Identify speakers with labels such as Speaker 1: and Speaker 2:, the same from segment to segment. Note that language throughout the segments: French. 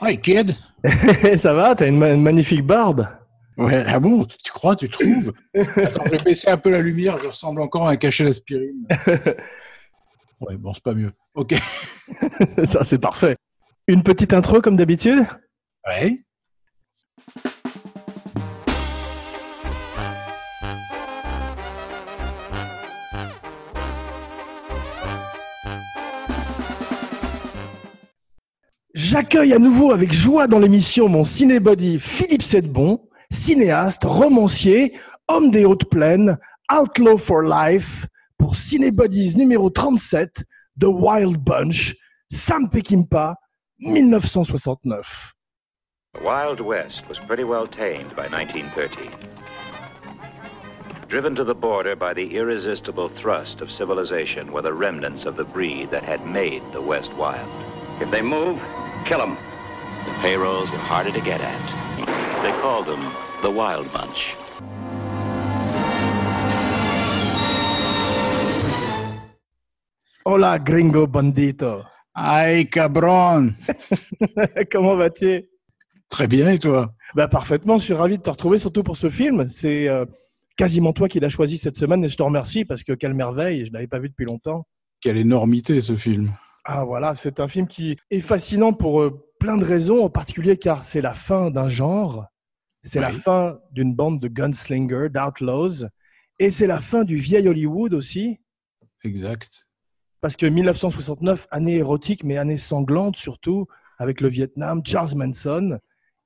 Speaker 1: Hi, kid.
Speaker 2: Eh, ça va? T'as une, ma- une magnifique barbe?
Speaker 1: Ouais, ah bon? Tu crois, tu trouves? Attends, je vais baisser un peu la lumière, je ressemble encore à un cachet d'aspirine. Ouais, bon, c'est pas mieux. Ok.
Speaker 2: ça, c'est parfait. Une petite intro comme d'habitude?
Speaker 1: Ouais.
Speaker 2: J'accueille à nouveau avec joie dans l'émission mon cinébody Philippe Sedbon, cinéaste, romancier, homme des hautes plaines, outlaw for life, pour Cinébodies numéro 37, The Wild Bunch, Sam Peckinpah, 1969.
Speaker 3: The Wild West was pretty well tamed by 1913. Driven to the border by the irresistible thrust of civilization were the remnants of the breed that had made the West wild.
Speaker 4: If they move, kill them.
Speaker 3: The payrolls were harder to get at. They called them the Wild Bunch.
Speaker 2: Hola, gringo bandito.
Speaker 1: Hi, cabron.
Speaker 2: Comment vas-tu?
Speaker 1: Très bien, et toi?
Speaker 2: Bah, parfaitement, je suis ravi de te retrouver, surtout pour ce film. C'est euh, quasiment toi qui l'as choisi cette semaine et je te remercie parce que quelle merveille, je ne l'avais pas vu depuis longtemps.
Speaker 1: Quelle énormité, ce film.
Speaker 2: Ah voilà, c'est un film qui est fascinant pour euh, plein de raisons, en particulier car c'est la fin d'un genre, c'est la
Speaker 1: Oui.
Speaker 2: fin d'une bande de gunslingers, d'outlaws, et c'est la fin du vieil Hollywood aussi,
Speaker 1: Exact.
Speaker 2: parce que 1969, année érotique, mais année sanglante surtout, avec le Vietnam, Charles Manson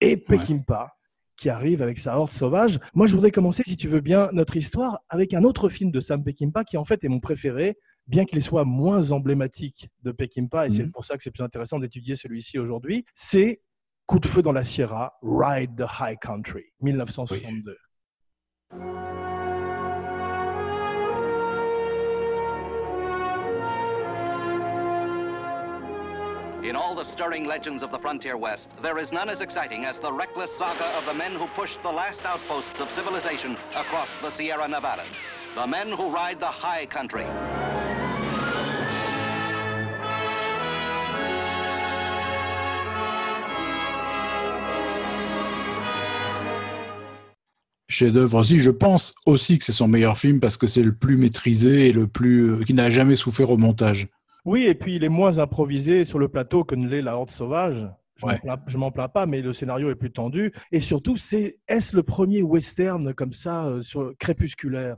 Speaker 2: et Peckinpah, qui arrive avec sa horde sauvage. Moi, je voudrais commencer, si tu veux bien, notre histoire avec un autre film de Sam Peckinpah, qui en fait est mon préféré, bien qu'il soit moins emblématique de Peckinpah, et c'est
Speaker 1: Mhm.
Speaker 2: pour ça que c'est plus intéressant d'étudier celui-ci aujourd'hui, c'est Coup de feu dans la Sierra, Ride the High Country, 1962.
Speaker 4: In all the stirring legends of the frontier west, there is none as exciting as the reckless saga of the men who pushed the last outposts of civilization across the Sierra Nevadas. The men who ride the high country.
Speaker 1: Chef-d'œuvre aussi. Je pense aussi que c'est son meilleur film parce que c'est le plus maîtrisé et le plus. euh, qui n'a jamais souffert au montage.
Speaker 2: Oui, et puis il est moins improvisé sur le plateau que ne l'est la Horde Sauvage. Je m'en
Speaker 1: Ouais.
Speaker 2: plains- je m'en plains pas, mais le scénario est plus tendu. Et surtout, c'est est-ce le premier western comme ça euh, sur crépusculaire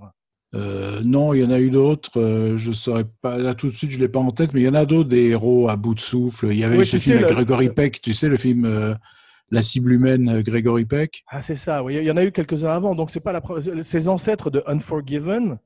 Speaker 1: Euh, non, il y en a eu d'autres. euh, je saurais pas là tout de suite, je l'ai pas en tête, mais il y en a d'autres des héros à bout de souffle. Il y avait
Speaker 2: Oui,
Speaker 1: ce
Speaker 2: tu
Speaker 1: film
Speaker 2: sais,
Speaker 1: avec
Speaker 2: le-
Speaker 1: Gregory Peck, tu sais le film euh, La cible humaine, euh, Gregory Peck.
Speaker 2: Ah, c'est ça. Oui, il y en a eu quelques-uns avant. Donc c'est pas la pre- ses ancêtres de Unforgiven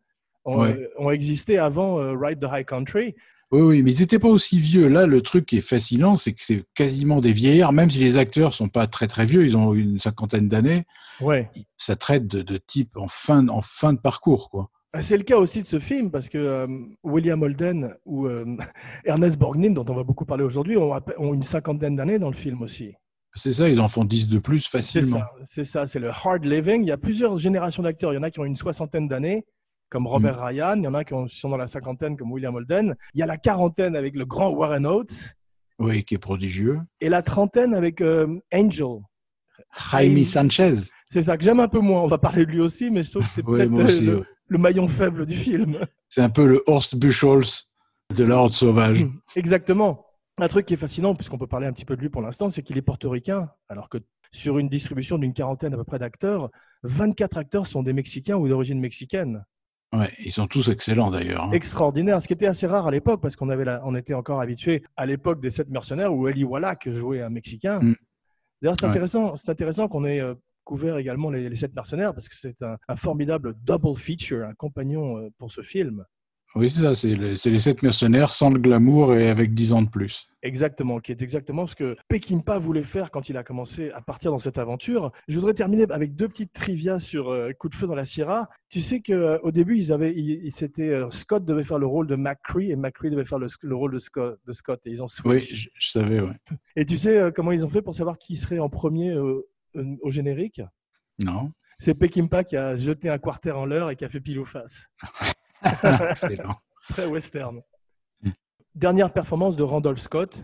Speaker 2: ont,
Speaker 1: Ouais.
Speaker 2: euh, ont existé avant euh, Ride the High Country.
Speaker 1: Oui, oui, mais ils n'étaient pas aussi vieux. Là, le truc qui est fascinant, c'est que c'est quasiment des vieillards, même si les acteurs sont pas très très vieux, ils ont une cinquantaine d'années.
Speaker 2: Ouais.
Speaker 1: Ça traite de, de types en fin en fin de parcours, quoi.
Speaker 2: Ah, C'est le cas aussi de ce film parce que euh, William Holden ou euh, Ernest Borgnine, dont on va beaucoup parler aujourd'hui, ont, à pe- ont une cinquantaine d'années dans le film aussi.
Speaker 1: C'est ça, ils en font 10 de plus
Speaker 2: C'est
Speaker 1: facilement.
Speaker 2: ça, c'est ça, c'est le hard living. Il y a plusieurs générations d'acteurs. Il y en a qui ont une soixantaine d'années, comme Robert
Speaker 1: Mm.
Speaker 2: Ryan. Il y en a qui ont- sont dans la cinquantaine, comme William Holden. Il y a la quarantaine avec le grand Warren Oates.
Speaker 1: Oui, qui est prodigieux.
Speaker 2: Et la trentaine avec euh, Angel.
Speaker 1: Jaime Sanchez.
Speaker 2: C'est ça que j'aime un peu moins. On va parler de lui aussi, mais je trouve que c'est
Speaker 1: Oui,
Speaker 2: peut-être
Speaker 1: moi
Speaker 2: le-
Speaker 1: aussi.
Speaker 2: le,
Speaker 1: ouais.
Speaker 2: le maillon faible du film.
Speaker 1: C'est un peu le Horst Buchholz de la Horde Sauvage.
Speaker 2: Exactement. Un truc qui est fascinant, puisqu'on peut parler un petit peu de lui pour l'instant, c'est qu'il est portoricain, alors que sur une distribution d'une quarantaine à peu près d'acteurs, 24 acteurs sont des Mexicains ou d'origine mexicaine. Mm.
Speaker 1: Ouais, ils sont tous excellents d'ailleurs. hein.
Speaker 2: extraordinaire, ce qui était assez rare à l'époque parce qu'on avait la- on était encore habitué à l'époque des sept mercenaires où Eli Wallach jouait un Mexicain.
Speaker 1: Mm.
Speaker 2: D'ailleurs, c'est
Speaker 1: Ouais.
Speaker 2: intéressant, c'est intéressant qu'on ait euh, couvert également les, les sept mercenaires parce que c'est un, un formidable double feature, un compagnon euh, pour ce film.
Speaker 1: Oui, c'est ça, c'est le- c'est les sept mercenaires sans le glamour et avec 10 ans de plus.
Speaker 2: Exactement, qui est exactement ce que Peckinpah voulait faire quand il a commencé à partir dans cette aventure. Je voudrais terminer avec deux petites trivia sur euh, Coup de feu dans la Sierra. Tu sais que euh, au début, ils avaient, ils, ils s'étaient, euh, Scott devait faire le rôle de McCree et McCree devait faire le, le rôle de Scott, de Scott et ils ont
Speaker 1: Oui,
Speaker 2: switch.
Speaker 1: je, je savais, ouais.
Speaker 2: Et tu sais euh, comment ils ont fait pour savoir qui serait en premier euh, euh, au générique
Speaker 1: Non,
Speaker 2: C'est Peckinpah qui a jeté un quarter en l'heure et qui a fait pile ou face.
Speaker 1: excellent.
Speaker 2: Très western. Dernière performance de Randolph Scott,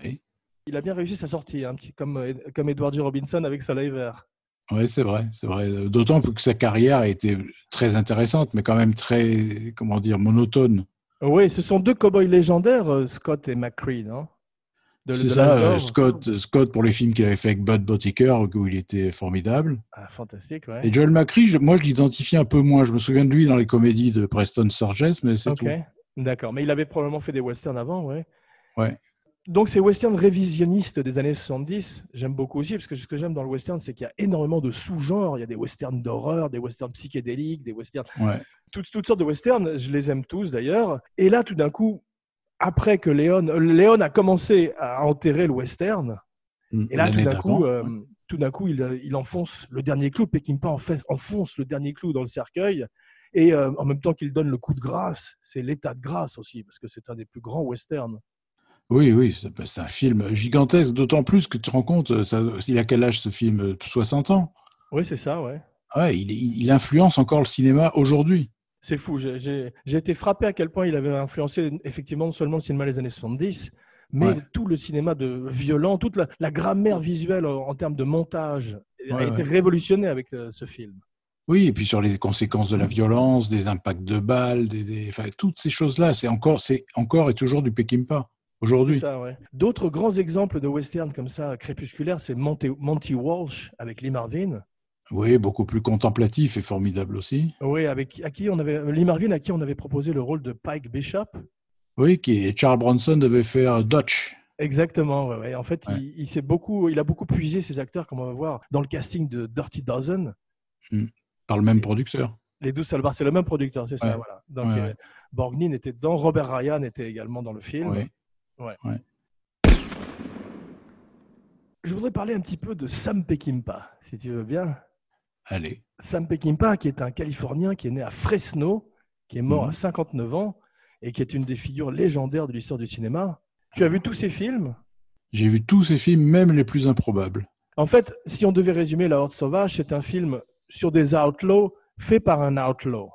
Speaker 1: Oui.
Speaker 2: Il a bien réussi sa sortie, un petit comme, euh, comme Edward G. Robinson avec Soleil Vert.
Speaker 1: Oui, c'est vrai, c'est vrai. D'autant que sa carrière a été très intéressante, mais quand même très, comment dire, monotone.
Speaker 2: Oui, ce sont deux cow-boys légendaires, euh, Scott et McCree, non
Speaker 1: De- C'est
Speaker 2: de
Speaker 1: ça,
Speaker 2: l'âge
Speaker 1: euh,
Speaker 2: d'or.
Speaker 1: Scott, Scott pour les films qu'il avait fait avec Bud Boticker, où il était formidable.
Speaker 2: Ah, fantastique, ouais.
Speaker 1: Et Joel McCree, je- moi je l'identifie un peu moins. Je me souviens de lui dans les comédies de Preston Sturges, mais c'est
Speaker 2: Ok, D'accord, mais il avait probablement fait des westerns avant, ouais.
Speaker 1: Ouais.
Speaker 2: Donc ces westerns révisionnistes des années 70, j'aime beaucoup aussi, parce que ce que j'aime dans le western, c'est qu'il y a énormément de sous-genres. Il y a des westerns d'horreur, des westerns psychédéliques, des westerns...
Speaker 1: tout. Ouais.
Speaker 2: Toutes, toutes sortes de westerns, je les aime tous d'ailleurs. Et là, tout d'un coup, après que Léon, euh, Léon a commencé à enterrer le western, et là, tout
Speaker 1: Mm, L'année
Speaker 2: d'un coup,
Speaker 1: d'avant.
Speaker 2: euh, tout d'un coup, il, euh, il enfonce le dernier clou. Peckinpah en fait- enfonce le dernier clou dans le cercueil. Et euh, en même temps qu'il donne le coup de grâce, c'est l'état de grâce aussi, parce que c'est un des plus grands westerns.
Speaker 1: Oui, oui, c'est bah, c'est un film gigantesque, d'autant plus que tu te rends compte, euh, ça- il a quel âge ce film 60 ans
Speaker 2: Oui, c'est ça, ouais.
Speaker 1: ouais, il, il il influence encore le cinéma aujourd'hui.
Speaker 2: C'est fou. J'ai- J'ai j'ai été frappé à quel point il avait influencé effectivement non seulement le cinéma des années 70, mais
Speaker 1: Ouais.
Speaker 2: tout le cinéma de violent, toute la, la grammaire visuelle en, en termes de montage a
Speaker 1: Ouais,
Speaker 2: été
Speaker 1: ouais.
Speaker 2: révolutionnée avec euh, ce film.
Speaker 1: Oui, et puis sur les conséquences de la
Speaker 2: Mmh.
Speaker 1: violence, des impacts de balles, des, des- enfin, toutes ces choses-là, c'est encore, c'est encore et toujours du Peckinpah
Speaker 2: C'est
Speaker 1: aujourd'hui.
Speaker 2: ça, ouais. D'autres grands exemples de western comme ça, crépusculaires, c'est Monty, Monty Walsh avec Lee Marvin.
Speaker 1: Oui, beaucoup plus contemplatif et formidable aussi.
Speaker 2: Oui, avec à qui on avait Lee Marvin à qui on avait proposé le rôle de Pike Bishop.
Speaker 1: Oui, qui et Charles Bronson devait faire Dutch.
Speaker 2: Exactement. ouais, ouais. En fait,
Speaker 1: Ouais.
Speaker 2: il, il s'est beaucoup, il a beaucoup puisé ses acteurs, comme on va voir, dans le casting de Dirty Dozen.
Speaker 1: par le même producteur.
Speaker 2: Les douze salvards, c'est le même producteur, c'est ça.
Speaker 1: Ouais.
Speaker 2: Voilà. Donc
Speaker 1: Ouais,
Speaker 2: euh,
Speaker 1: ouais.
Speaker 2: Borgnine était dedans, Robert Ryan était également dans le film.
Speaker 1: Oui.
Speaker 2: Ouais.
Speaker 1: Ouais.
Speaker 2: Je voudrais parler un petit peu de Sam Peckinpah, si tu veux bien.
Speaker 1: Allez.
Speaker 2: Sam Peckinpah, qui est un Californien qui est né à Fresno, qui est mort
Speaker 1: Mhm.
Speaker 2: à 59 ans et qui est une des figures légendaires de l'histoire du cinéma. Tu as vu tous ses films
Speaker 1: J'ai vu tous ces films, même les plus improbables.
Speaker 2: En fait, si on devait résumer La Horde Sauvage, c'est un film sur des outlaws fait par un outlaw.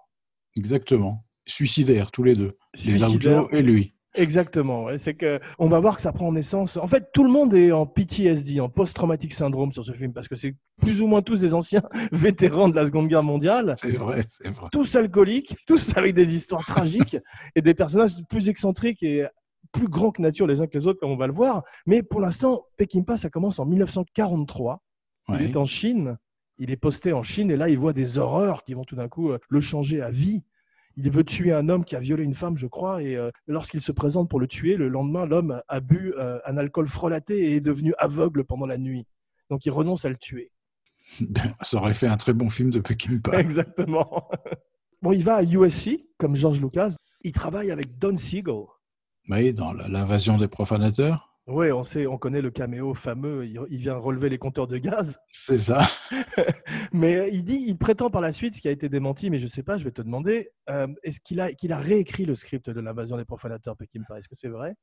Speaker 1: Exactement. Suicidaires, tous les deux. Les
Speaker 2: Suicidaire.
Speaker 1: Outlaws et lui.
Speaker 2: Exactement. ouais. C'est que on va voir que ça prend naissance. En fait, tout le monde est en PTSD, en post-traumatic syndrome sur ce film, parce que c'est plus ou moins tous des anciens vétérans de la Seconde Guerre mondiale.
Speaker 1: C'est vrai, c'est vrai.
Speaker 2: tous alcooliques, tous avec des histoires tragiques et des personnages plus excentriques et plus grands que nature les uns que les autres, comme on va le voir. Mais pour l'instant, Peckinpah, ça commence en 1943.
Speaker 1: Ouais.
Speaker 2: Il est en Chine, il est posté en Chine et là, il voit des horreurs qui vont tout d'un coup euh, le changer à vie. Il veut tuer un homme qui a violé une femme, je crois, et euh, lorsqu'il se présente pour le tuer, le lendemain, l'homme a bu euh, un alcool frelaté et est devenu aveugle pendant la nuit. Donc il renonce à le tuer.
Speaker 1: Ben, Ça aurait fait un très bon film de Peckinpah.
Speaker 2: Exactement. Bon, il va à USC, comme George Lucas. Il travaille avec Don Siegel.
Speaker 1: Oui, dans la- l'invasion des profanateurs.
Speaker 2: Oui, on sait, on connaît le caméo fameux. Il, il vient relever les compteurs de gaz.
Speaker 1: C'est ça.
Speaker 2: Mais euh, il dit, il prétend par la suite, ce qui a été démenti, mais je sais pas, je vais te demander, euh, est-ce qu'il a, qu'il a réécrit le script de l'invasion des profanateurs Peckinpah Est-ce que c'est vrai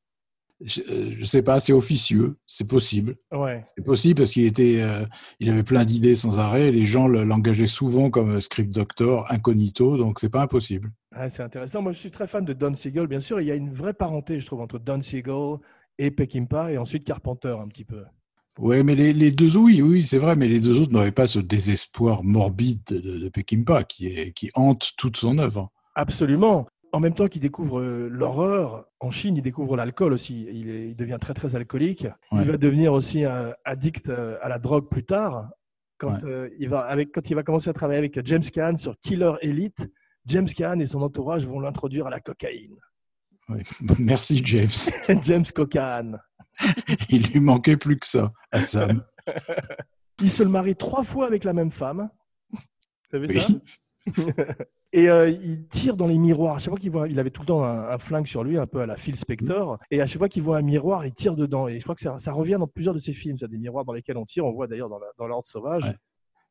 Speaker 1: Je, euh, je sais pas, c'est officieux. C'est possible.
Speaker 2: Ouais.
Speaker 1: C'est possible parce qu'il était, euh, il avait plein d'idées sans arrêt. et Les gens le- l'engageaient souvent comme euh, script doctor, incognito, donc c'est pas impossible.
Speaker 2: Ah, c'est intéressant. Moi, je suis très fan de Don Siegel, bien sûr. Il y a une vraie parenté, je trouve, entre Don Siegel et Peckinpah, et ensuite Carpenter, un petit peu.
Speaker 1: Oui, mais les, les deux, oui, oui, c'est vrai, mais les deux autres n'avaient pas ce désespoir morbide de, de Peckinpah qui, est, qui hante toute son œuvre.
Speaker 2: Absolument. En même temps qu'il découvre euh, l'horreur, en Chine, il découvre l'alcool aussi. Il, est- il devient très, très alcoolique.
Speaker 1: Ouais.
Speaker 2: Il va devenir aussi euh, addict euh, à la drogue plus tard. Quand,
Speaker 1: Ouais.
Speaker 2: euh, il va, avec, quand il va commencer à travailler avec James Caan sur Killer Elite, James Caan et son entourage vont l'introduire à la cocaïne.
Speaker 1: Oui. Merci, James.
Speaker 2: James Cocaine.
Speaker 1: Il lui manquait plus que ça à Sam.
Speaker 2: Il se marie trois fois avec la même femme. Vous avez
Speaker 1: Oui.
Speaker 2: ça Et euh, il tire dans les miroirs. À chaque fois qu'il voit, il avait tout le temps un, un flingue sur lui, un peu à la Phil Spector. Et à chaque fois qu'il voit un miroir, il tire dedans. Et je crois que ça, ça revient dans plusieurs de ses films. Ça, des miroirs dans lesquels on tire. On voit d'ailleurs dans, la- dans l'Ordre Sauvage.
Speaker 1: Ouais.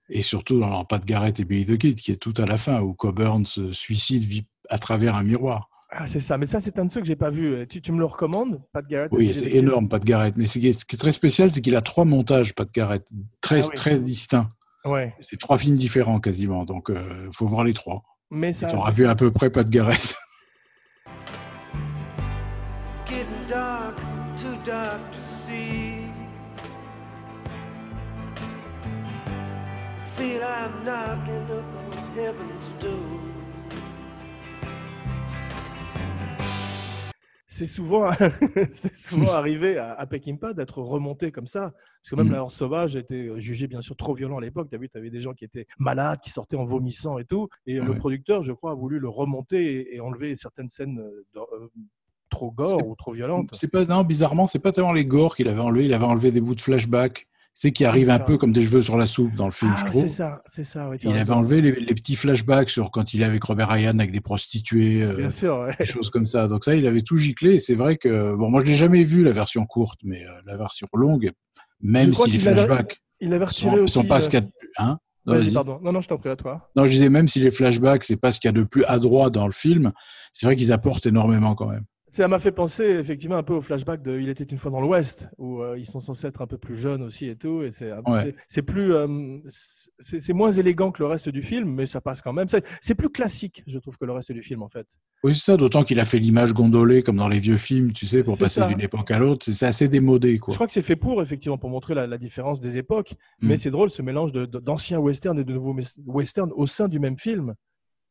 Speaker 1: Et surtout dans Pas de Garrett et Billy the Kid, qui est tout à la fin, où Coburn se suicide vit à travers un miroir.
Speaker 2: Ah, c'est ça. Mais ça, c'est un de ceux que j'ai pas vu. Tu, tu me le recommandes, Pat Garrett
Speaker 1: Oui,
Speaker 2: et
Speaker 1: c'est
Speaker 2: Billy the Kid
Speaker 1: énorme, Pas de Garrett. Mais ce qui est, ce qui est très spécial, c'est qu'il a trois montages, Pas de Garrett, très,
Speaker 2: Ah oui.
Speaker 1: très distincts.
Speaker 2: Ouais.
Speaker 1: C'est trois films différents quasiment, donc il faut voir les trois.
Speaker 2: Mais
Speaker 1: Tu
Speaker 2: ça.
Speaker 1: auras
Speaker 2: ça-
Speaker 1: vu à peu près Pas de Garrett.
Speaker 5: It's getting dark, too dark to see. feel I'm knocking upon heaven's door.
Speaker 2: C'est souvent, c'est souvent arrivé à, à Peckinpah d'être remonté comme ça. Parce que même
Speaker 1: Mhm.
Speaker 2: la Horde Sauvage était euh, jugée bien sûr trop violent à l'époque. Tu as vu, tu avais des gens qui étaient malades, qui sortaient en vomissant et tout. Et euh,
Speaker 1: Ouais.
Speaker 2: le producteur, je crois, a voulu le remonter et, et enlever certaines scènes euh, d'or- euh, trop gore
Speaker 1: C'est-
Speaker 2: ou trop violentes.
Speaker 1: C'est pas non, bizarrement, c'est pas tellement les gores qu'il avait enlevé, il avait enlevé des bouts de flashback, c'est qui arrivent un peu comme des cheveux sur la soupe dans le film,
Speaker 2: Ah,
Speaker 1: je trouve.
Speaker 2: c'est ça, c'est ça. ouais, tu as
Speaker 1: Il avait
Speaker 2: raison.
Speaker 1: enlevé les, les petits flashbacks sur quand il est avec Robert Ryan avec des prostituées, euh,
Speaker 2: Bien sûr, ouais.
Speaker 1: des choses comme ça. Donc ça, il avait tout giclé. Et c'est vrai que bon, moi je n'ai jamais vu la version courte, mais euh, la version longue,
Speaker 2: Je
Speaker 1: même
Speaker 2: crois
Speaker 1: si les
Speaker 2: qu'il avait-
Speaker 1: flashbacks
Speaker 2: Il avait retiré
Speaker 1: sont,
Speaker 2: aussi.
Speaker 1: sont pas ce
Speaker 2: euh,
Speaker 1: qu'il y a de- hein Non,
Speaker 2: vas-y,
Speaker 1: vas-y.
Speaker 2: pardon. Non, non, je t'en prie à toi.
Speaker 1: Non, je disais même si les flashbacks c'est pas ce qu'il y a de plus adroit dans le film, c'est vrai qu'ils apportent énormément quand même.
Speaker 2: Ça m'a fait penser effectivement un peu au flashback de Il était une fois dans l'Ouest, où euh, ils sont censés être un peu plus jeunes aussi et tout. Et c'est
Speaker 1: Ouais.
Speaker 2: c'est- c'est plus, euh, c'est c'est moins élégant que le reste du film, mais ça passe quand même. C'est c'est plus classique, je trouve, que le reste du film en fait.
Speaker 1: Oui, c'est ça, d'autant qu'il a fait l'image gondolée comme dans les vieux films, tu sais, pour
Speaker 2: C'est
Speaker 1: passer
Speaker 2: ça.
Speaker 1: d'une époque à l'autre. C'est- C'est assez démodé, quoi.
Speaker 2: Je crois que c'est fait pour effectivement pour montrer la, la différence des époques,
Speaker 1: Mm.
Speaker 2: mais c'est drôle ce mélange de- de- d'anciens westerns et de nouveaux mes- westerns au sein du même film.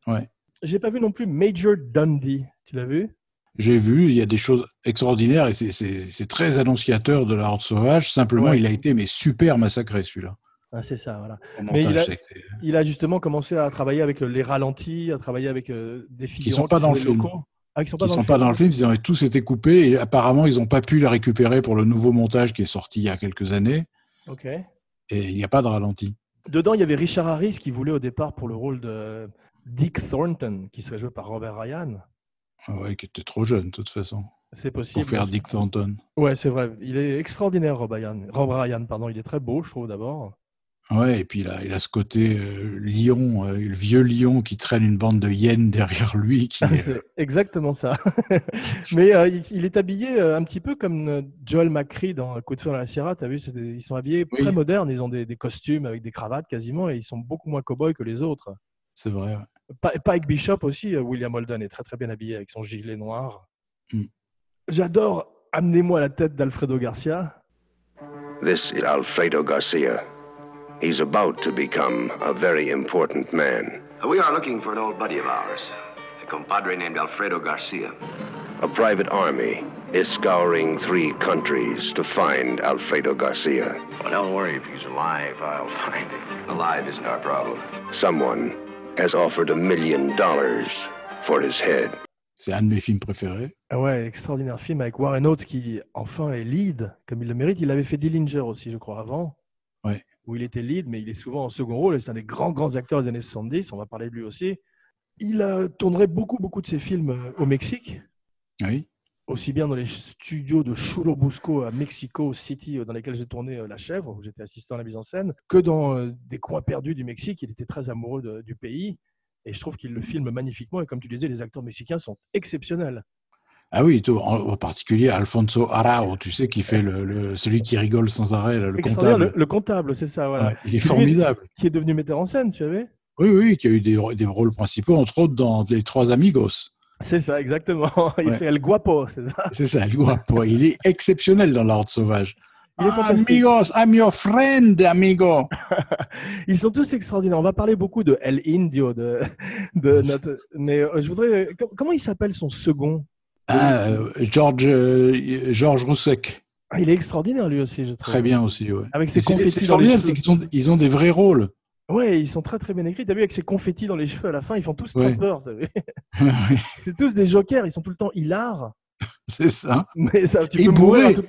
Speaker 1: Ouais.
Speaker 2: J'ai pas vu non plus Major Dundee. Tu l'as vu
Speaker 1: J'ai vu, il y a des choses extraordinaires et c'est- c'est c'est très annonciateur de la Horde Sauvage. Simplement,
Speaker 2: Ouais.
Speaker 1: il a été mais super massacré, celui-là. Ah,
Speaker 2: Ah, c'est ça, voilà.
Speaker 1: Au
Speaker 2: Mais il
Speaker 1: montage,
Speaker 2: a-
Speaker 1: c'est- c'est-
Speaker 2: Il a justement commencé à travailler avec euh, les ralentis, à travailler avec euh, des figurants
Speaker 1: sont pas dans
Speaker 2: des
Speaker 1: le film.
Speaker 2: locaux. Ah, qui sont pas
Speaker 1: Qui
Speaker 2: dans
Speaker 1: sont
Speaker 2: le
Speaker 1: pas
Speaker 2: film.
Speaker 1: dans le film, ils ont tous été coupés et apparemment, ils n'ont pas pu les récupérer pour le nouveau montage qui est sorti il y a quelques années
Speaker 2: Ok.
Speaker 1: et il n'y a pas de ralenti.
Speaker 2: Dedans, il y avait Richard Harris qui voulait au départ pour le rôle de Dick Thornton, qui serait joué par Robert Ryan.
Speaker 1: Ah Ouais, qui était trop jeune, de toute façon,
Speaker 2: C'est possible.
Speaker 1: pour faire Dick Thornton.
Speaker 2: Ouais, c'est vrai. Il est extraordinaire, Robert Ryan. Robert Ryan, pardon. Il est très beau, je trouve d'abord.
Speaker 1: Ouais, et puis il a, il a ce côté euh, lion, euh, le vieux lion qui traîne une bande de hyènes derrière lui. Qui, est-
Speaker 2: Ah,
Speaker 1: euh,
Speaker 2: c'est exactement ça. Mais euh, il, il est habillé euh, un petit peu comme euh, Joel McCree dans Coup de feu dans la Sierra. T'as vu, c'est des- ils sont habillés
Speaker 1: Oui.
Speaker 2: très modernes. Ils ont des, des costumes avec des cravates quasiment, et ils sont beaucoup moins cow-boys que les autres.
Speaker 1: c'est vrai. ouais.
Speaker 2: Pa- Pike Bishop aussi, euh, William Holden est très très bien habillé avec son gilet noir.
Speaker 1: Mm.
Speaker 2: J'adore Amenez-moi la tête d'Alfredo Garcia.
Speaker 6: This is Alfredo Garcia. He's about to become a very important man,
Speaker 7: Uh, We are looking for an old buddy of ours, a compadre named Alfredo Garcia.
Speaker 6: a private army. Is scouring three countries to find Alfredo Garcia.
Speaker 7: Well, don't worry. If he's alive, I'll find him. Alive isn't our problem.
Speaker 6: Someone has offered a million dollars for his head.
Speaker 1: C'est un de mes films préférés.
Speaker 2: Ah ouais, extraordinaire film avec Warren Oates qui enfin est lead comme il le mérite. Il avait fait Dillinger aussi, je crois, avant.
Speaker 1: Ouais.
Speaker 2: Où il était lead, mais il est souvent en second rôle. et C'est un des grands grands acteurs des années 70. On va parler de lui aussi. Il euh, tournerait beaucoup beaucoup de ses films euh, au Mexique.
Speaker 1: Oui.
Speaker 2: aussi bien dans les studios de Churubusco à Mexico City, euh, dans lesquels j'ai tourné euh, La Chèvre, où j'étais assistant à la mise en scène, que dans euh, des coins perdus du Mexique. Il était très amoureux de- du pays. Et je trouve qu'il le filme magnifiquement. Et comme tu disais, les acteurs mexicains sont exceptionnels.
Speaker 1: Ah oui, tout- en, en particulier Alfonso Arao, tu sais, qui fait
Speaker 2: Euh.
Speaker 1: le, le- celui qui rigole sans arrêt, là, le
Speaker 2: Extraordinaire,
Speaker 1: comptable.
Speaker 2: Le, le comptable, c'est ça, voilà.
Speaker 1: Ouais, il est formidable.
Speaker 2: Qui est devenu metteur en scène, tu savais
Speaker 1: Oui, oui, qui a eu des, des rôles principaux, entre autres dans Les Trois Amigos.
Speaker 2: C'est ça, exactement. Il
Speaker 1: Ouais.
Speaker 2: fait El Guapo, c'est ça.
Speaker 1: C'est ça, le guapo. Il est exceptionnel dans La Horde Sauvage.
Speaker 2: Il est
Speaker 1: Ah,
Speaker 2: fantastique.
Speaker 1: amigos, I'm your friend, amigo.
Speaker 2: Ah. Ils sont tous extraordinaires. On va parler beaucoup de El Indio, de, de notre. Mais euh, je voudrais. com- Comment il s'appelle son second
Speaker 1: Ah, euh, George, euh, George Roussek.
Speaker 2: Ah, Il est extraordinaire, lui aussi, je trouve.
Speaker 1: Très bien aussi, ouais.
Speaker 2: Avec ses
Speaker 1: C'est-
Speaker 2: confettis
Speaker 1: c'est
Speaker 2: dans les
Speaker 1: formidable,
Speaker 2: cheveux.
Speaker 1: c'est qu'ils ont, ils ont des vrais rôles.
Speaker 2: Ouais, ils sont très très bien écrits. T'as vu avec ces confettis dans les cheveux à la fin, ils font tous très
Speaker 1: Ouais.
Speaker 2: peur. t'as vu
Speaker 1: Oui,
Speaker 2: C'est tous des jokers, ils sont tout le temps hilars.
Speaker 1: c'est ça.
Speaker 2: Mais ça, tu
Speaker 1: Et
Speaker 2: peux mourir.
Speaker 1: bourrés.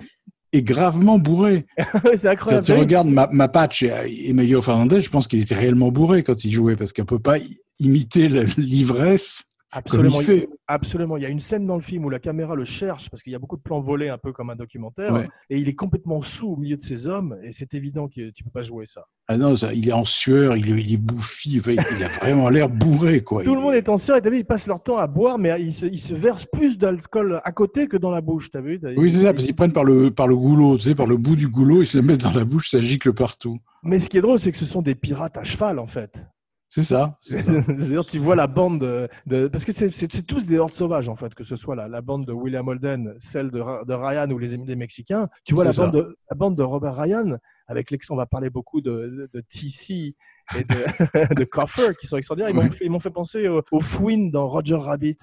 Speaker 1: Et gravement bourré.
Speaker 2: Ouais, c'est
Speaker 1: Quand
Speaker 2: incroyable.
Speaker 1: tu regardes ma, ma patch et Emilio Fernandez, je pense qu'il était réellement bourré quand il jouait parce qu'on peut pas i- imiter le- l'ivresse comme
Speaker 2: absolument,
Speaker 1: il fait.
Speaker 2: absolument. Il y a une scène dans le film où la caméra le cherche parce qu'il y a beaucoup de plans volés, un peu comme un documentaire,
Speaker 1: Ouais.
Speaker 2: et il est complètement sous au milieu de ses hommes. Et c'est évident que tu peux pas jouer ça.
Speaker 1: Ah non, ça, il est en sueur, il, est- il est bouffi, enfin, il, il a vraiment l'air bourré quoi.
Speaker 2: Tout
Speaker 1: Il-
Speaker 2: le monde est en sueur. Et t'as vu, ils passent leur temps à boire, mais ils se, ils se versent plus d'alcool à côté que dans la bouche. T'as vu
Speaker 1: Oui, c'est ça, parce qu'ils prennent par le, par le goulot, tu sais, par le bout du goulot, ils se le mettent dans la bouche, ça gicle partout.
Speaker 2: Mais ce qui est drôle, c'est que ce sont des pirates à cheval en fait.
Speaker 1: C'est ça. c'est ça.
Speaker 2: C'est-à-dire, tu vois la bande de, de- parce que c'est c'est- c'est tous des hordes sauvages en fait, que ce soit la, la bande de William Holden, celle de, Ra- de Ryan ou les, les Mexicains. Tu vois la
Speaker 1: C'est
Speaker 2: bande, de, la bande de Robert Ryan avec l'ex. On va parler beaucoup de, de, de TC et de, de Coffer qui sont extraordinaires. Ils m'ont
Speaker 1: Ouais.
Speaker 2: fait, ils m'ont fait penser au, au Fouine dans Roger Rabbit.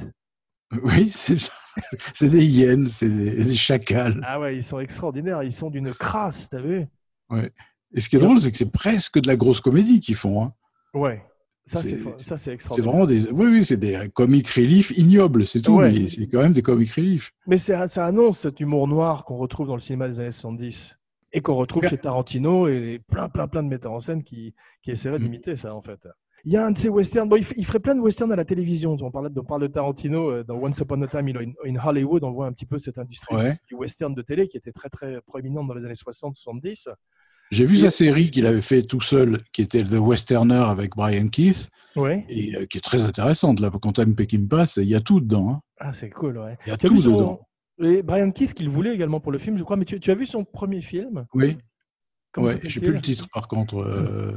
Speaker 1: Oui, c'est ça. C'est des hyènes, c'est des, des chacals.
Speaker 2: Ah ouais, ils sont extraordinaires. Ils sont d'une crasse, t'as vu
Speaker 1: Et ce qui est drôle, c'est que c'est presque de la grosse comédie qu'ils font. hein.
Speaker 2: Ouais. Ça,
Speaker 1: C'est-
Speaker 2: c'est fo- ça, c'est
Speaker 1: C'est
Speaker 2: extraordinaire.
Speaker 1: vraiment des. Oui, oui, c'est des euh, comic relief ignobles, c'est tout,
Speaker 2: Ouais.
Speaker 1: mais c'est quand même des comic relief.
Speaker 2: Mais c'est- ça annonce cet humour noir qu'on retrouve dans le cinéma des années 70 et qu'on retrouve
Speaker 1: Ouais.
Speaker 2: chez Tarantino et plein, plein, plein de metteurs en scène qui, qui essaieraient
Speaker 1: Mm.
Speaker 2: d'imiter ça, en fait. Il y a un de ces westerns, bon, il, f- il ferait plein de westerns à la télévision. On parle, on parle de Tarantino euh, dans Once Upon a Time in, in Hollywood, on voit un petit peu cette industrie
Speaker 1: Ouais.
Speaker 2: du western de télé qui était très, très proéminente dans les années 60-70.
Speaker 1: J'ai vu sa série qu'il avait fait tout seul, qui était The Westerner avec Brian Keith,
Speaker 2: Ouais.
Speaker 1: et, euh, qui est très intéressante. Là, quand t'aimes Peckinpah, c'est- il y a tout dedans. hein.
Speaker 2: Ah, c'est cool, ouais.
Speaker 1: Il y a
Speaker 2: Tu as
Speaker 1: tout
Speaker 2: vu son-
Speaker 1: dedans.
Speaker 2: Et Brian Keith, qu'il voulait également pour le film, je crois, mais tu, tu as vu son premier film
Speaker 1: Oui,
Speaker 2: Comment
Speaker 1: ouais, j'ai plus
Speaker 2: s'appelle-t-il
Speaker 1: le titre par contre. euh,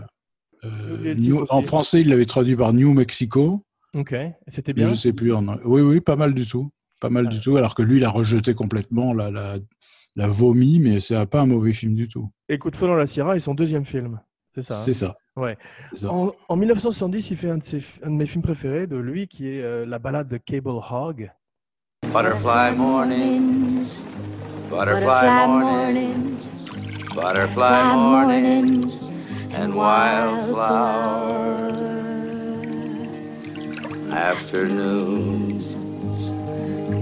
Speaker 1: euh,
Speaker 2: J'ai oublié le
Speaker 1: New-
Speaker 2: titre
Speaker 1: en
Speaker 2: aussi.
Speaker 1: français, il l'avait traduit par New Mexico.
Speaker 2: Ok, c'était
Speaker 1: Mais
Speaker 2: bien.
Speaker 1: Je sais plus. en- Oui, oui, pas mal du tout. Pas mal du tout. Alors que lui, il a rejeté complètement la, la, la vomi, mais c'est pas un mauvais film du tout.
Speaker 2: Et Coup de feu dans la Sierra est son deuxième film. C'est ça. hein
Speaker 1: C'est ça.
Speaker 2: Ouais.
Speaker 1: C'est ça.
Speaker 2: En, en 1970, il fait un de, ses, un de mes films préférés de lui, qui est euh, La balade de Cable Hogg.
Speaker 7: Butterfly morning,
Speaker 8: mornings,
Speaker 7: butterfly morning,
Speaker 8: mornings,
Speaker 7: butterfly morning,
Speaker 8: mornings,
Speaker 7: and wildflower afternoons.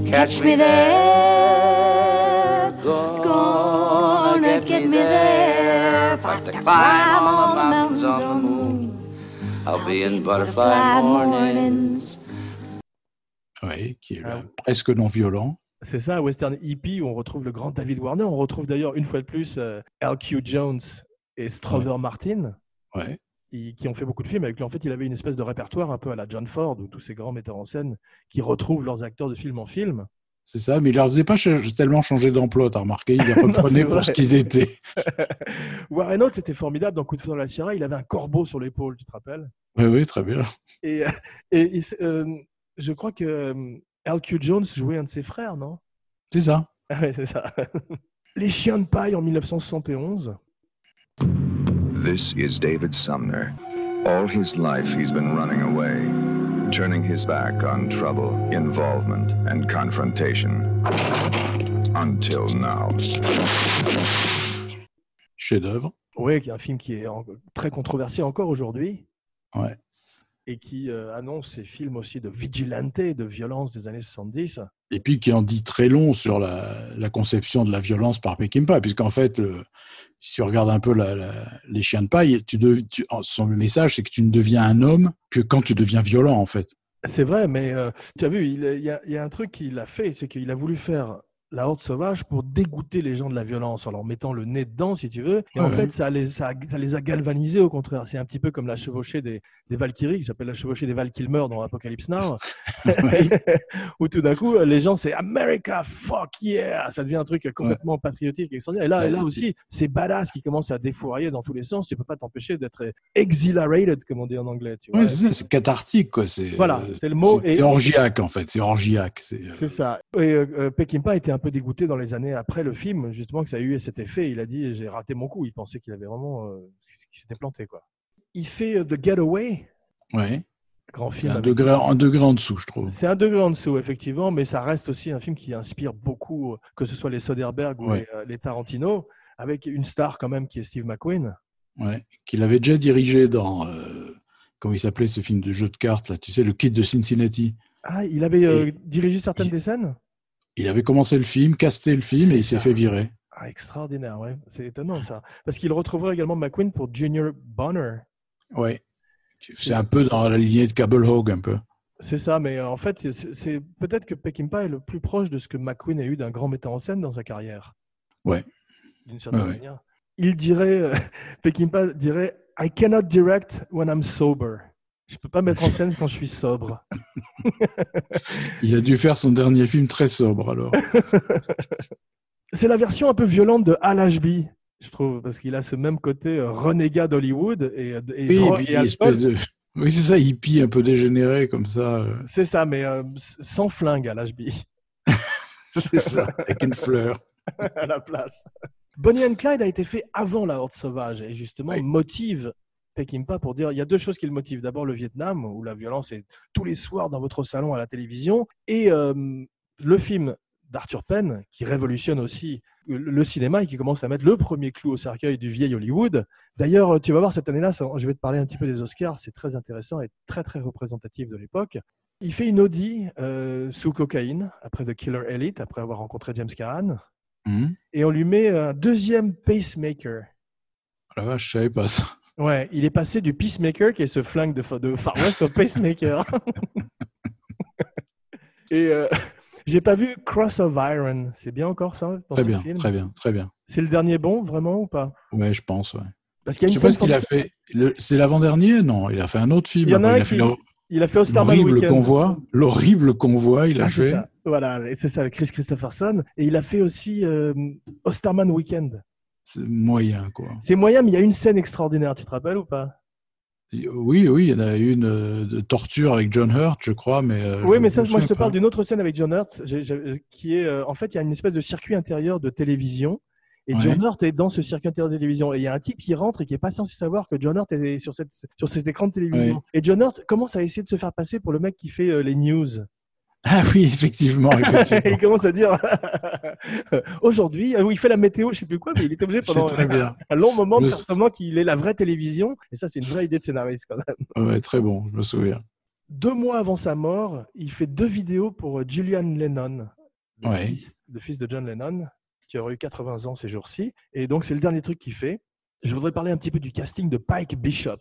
Speaker 8: Catch me there, gonna get me there.
Speaker 7: Fight to
Speaker 8: Climb all the mountains on the
Speaker 7: moon.
Speaker 8: moon.
Speaker 7: I'll be in butterfly morning.
Speaker 1: Ouais, qui est
Speaker 2: Ah
Speaker 1: euh, presque non violent.
Speaker 2: C'est ça, western hippie, où on retrouve le grand David Warner. On retrouve d'ailleurs, une fois de plus, euh, L.Q. Jones et Strother Martin,
Speaker 1: Ouais.
Speaker 2: qui qui ont fait beaucoup de films avec lui. En fait, il avait une espèce de répertoire un peu à la John Ford, où tous ces grands metteurs en scène qui retrouvent leurs acteurs de film en film.
Speaker 1: C'est ça, mais il leur faisait pas ch- tellement changer d'emploi, t'as remarqué, il les reprenait
Speaker 2: c'est
Speaker 1: pour
Speaker 2: vrai.
Speaker 1: ce qu'ils étaient.
Speaker 2: Warren Oates, c'était formidable dans Coup de feu dans la Sierra. Il avait un corbeau sur l'épaule, tu te rappelles
Speaker 1: Oui, oui, très bien.
Speaker 2: Et, euh, et- et c'est, euh, je crois que euh, L.Q. Jones jouait un de ses frères, non
Speaker 1: C'est ça.
Speaker 2: Ah ouais, c'est ça. Les chiens de paille en 1971.
Speaker 9: This is David Sumner. All his life, he's been running away, turning his back on trouble, involvement, and confrontation. Until now.
Speaker 1: Chef-d'œuvre.
Speaker 2: Oui, qui est un film qui est en- très controversé encore aujourd'hui.
Speaker 1: Ouais.
Speaker 2: Et qui euh, annonce ces films aussi de vigilante, de violence des années 70.
Speaker 1: Et puis qui en dit très long sur la, la conception de la violence par Peckinpah, puisqu'en fait, le- si tu regardes un peu la- la- les chiens de paille, tu dev- tu- en- son message, c'est que tu ne deviens un homme que quand tu deviens violent, en fait.
Speaker 2: C'est vrai, mais euh, tu as vu, il il y a, il y a un truc qu'il a fait, c'est qu'il a voulu faire la horde sauvage pour dégoûter les gens de la violence en leur mettant le nez dedans, si tu veux. Et en
Speaker 1: Ouais.
Speaker 2: fait, ça les, ça, ça les a galvanisés au contraire. C'est un petit peu comme la chevauchée des, des Valkyries, que j'appelle la chevauchée des Val Kilmer dans Apocalypse Now, où tout d'un coup, les gens, c'est America, fuck yeah Ça devient un truc complètement patriotique, extraordinaire. Et là,
Speaker 1: Ouais,
Speaker 2: là
Speaker 1: et
Speaker 2: aussi, c'est badass qui commence à défourailler dans tous les sens. Tu peux pas t'empêcher d'être exhilarated, comme on dit en anglais. Tu vois.
Speaker 1: Ouais, c'est ça, c'est cathartique, quoi. C'est,
Speaker 2: Voilà,
Speaker 1: euh,
Speaker 2: c'est le mot.
Speaker 1: C'est,
Speaker 2: Et-
Speaker 1: c'est orgiaque, en fait. C'est orgiaque. C'est, euh,
Speaker 2: C'est ça. Et euh, euh, Peckinpah était un peu dégoûté dans les années après le film, justement, que ça a eu cet effet. Il a dit J'ai raté mon coup. Il pensait qu'il avait vraiment. euh, qu'il s'était planté, quoi. Il fait euh, The Getaway,
Speaker 1: ouais.
Speaker 2: grand
Speaker 1: C'est
Speaker 2: film.
Speaker 1: un
Speaker 2: avec-
Speaker 1: degré, un degré en dessous, je trouve.
Speaker 2: C'est un degré en dessous, effectivement, mais ça reste aussi un film qui inspire beaucoup, euh, que ce soit les Soderbergh ou
Speaker 1: Ouais.
Speaker 2: les, euh, les Tarantino, avec une star quand même qui est Steve McQueen.
Speaker 1: Ouais. Qu'il avait déjà dirigé dans. euh, comment il s'appelait ce film de jeu de cartes, là Tu sais, le kid de Cincinnati.
Speaker 2: Ah, il avait euh,
Speaker 1: Et-
Speaker 2: dirigé certaines
Speaker 1: il-
Speaker 2: des scènes
Speaker 1: Il avait commencé le film, casté le film
Speaker 2: C'est
Speaker 1: et il s'est
Speaker 2: ça.
Speaker 1: fait virer.
Speaker 2: ah, Extraordinaire, ouais. C'est étonnant, ça. Parce qu'il retrouvera également McQueen pour Junior Bonner.
Speaker 1: Ouais. C'est un peu dans la lignée de Cable Hog, un peu.
Speaker 2: C'est ça, mais euh, en fait, c'est- c'est c'est peut-être que Peckinpah est le plus proche de ce que McQueen a eu d'un grand metteur en scène dans sa carrière.
Speaker 1: Ouais.
Speaker 2: D'une certaine
Speaker 1: Ouais, ouais.
Speaker 2: manière. Il dirait, euh, Peckinpah dirait, I cannot direct when I'm sober. Je peux pas mettre en scène quand je suis sobre.
Speaker 1: Il a dû faire son dernier film très sobre, alors.
Speaker 2: C'est la version un peu violente de Al Ashby, je trouve, parce qu'il a ce même côté euh, renégat d'Hollywood et, euh, et,
Speaker 1: Oui,
Speaker 2: dro-
Speaker 1: et puis,
Speaker 2: et
Speaker 1: espèce
Speaker 2: alcool.
Speaker 1: de- oui, c'est ça, hippie un peu dégénéré, comme ça. euh,
Speaker 2: C'est ça, mais euh, s- sans flingue, Al Ashby.
Speaker 1: C'est ça, avec une fleur.
Speaker 2: à la place. Bonnie and Clyde a été fait avant la Horde sauvage et justement
Speaker 1: Oui.
Speaker 2: motive Peckinpah pour dire il y a deux choses qui le motivent. D'abord, le Vietnam, où la violence est tous les soirs dans votre salon à la télévision, et euh, le film d'Arthur Penn, qui révolutionne aussi le cinéma et qui commence à mettre le premier clou au cercueil du vieil Hollywood. D'ailleurs, tu vas voir cette année-là, ça- je vais te parler un petit peu des Oscars, c'est très intéressant et très très représentatif de l'époque. Il fait une Audi euh, sous cocaïne, après The Killer Elite, après avoir rencontré James Caan,
Speaker 1: Hum,
Speaker 2: et on lui met un deuxième pacemaker.
Speaker 1: Oh La vache, je savais pas ça.
Speaker 2: Ouais, il est passé du Peacemaker, qui est ce flingue de, fa- de Far West, au Pacemaker. Et euh, j'ai pas vu Cross of Iron. C'est bien encore ça pour
Speaker 1: Très
Speaker 2: ce
Speaker 1: bien,
Speaker 2: film
Speaker 1: très bien, très bien.
Speaker 2: C'est le dernier bon, vraiment ou pas
Speaker 1: Ouais, je pense. ouais.
Speaker 2: Parce qu'il y a
Speaker 1: Je
Speaker 2: une
Speaker 1: sais pas
Speaker 2: scène
Speaker 1: ce qu'il a
Speaker 2: quand-
Speaker 1: fait. Le- C'est l'avant-dernier, non Il a fait un autre film.
Speaker 2: Il y en a
Speaker 1: après.
Speaker 2: un
Speaker 1: a fait
Speaker 2: qui-
Speaker 1: l'hor-
Speaker 2: il a fait Starman
Speaker 1: l'horrible
Speaker 2: Weekend.
Speaker 1: convoi. L'horrible convoi, il a
Speaker 2: Ah, c'est
Speaker 1: fait.
Speaker 2: ça. Voilà, et c'est ça, avec Chris Christopherson. Et il a fait aussi euh, Osterman Weekend.
Speaker 1: C'est moyen, quoi.
Speaker 2: C'est moyen, mais il y a une scène extraordinaire, tu te rappelles ou pas
Speaker 1: Oui, oui, il y en a eu une euh, de torture avec John Hurt, je crois, mais. euh,
Speaker 2: Oui, mais ça, moi, je te
Speaker 1: sais
Speaker 2: parle
Speaker 1: pas.
Speaker 2: d'une autre scène avec John Hurt, j'ai- j'ai- qui est, euh, en fait, il y a une espèce de circuit intérieur de télévision. Et
Speaker 1: Ouais.
Speaker 2: John Hurt est dans ce circuit intérieur de télévision. Et il y a un type qui rentre et qui est pas censé savoir que John Hurt est sur, cette, sur cet écran de télévision.
Speaker 1: Ouais.
Speaker 2: Et John Hurt commence à essayer de se faire passer pour le mec qui fait euh, les news.
Speaker 1: Ah oui, effectivement,
Speaker 2: il
Speaker 1: effectivement.
Speaker 2: commence à dire aujourd'hui, euh, oui, il fait la météo, je sais plus quoi, mais il est obligé
Speaker 1: c'est
Speaker 2: pendant
Speaker 1: très bien.
Speaker 2: un long moment de
Speaker 1: Je-
Speaker 2: faire semblant qu'il est la vraie télévision. Et ça, c'est une vraie idée de scénariste quand même.
Speaker 1: Ouais, très bon, je me souviens.
Speaker 2: deux mois avant sa mort, il fait deux vidéos pour euh, Julian Lennon, le,
Speaker 1: Ouais.
Speaker 2: fils, le fils de John Lennon, qui aurait eu 80 ans ces jours-ci. Et donc, c'est le dernier truc qu'il fait. Je voudrais parler un petit peu du casting de Pike Bishop.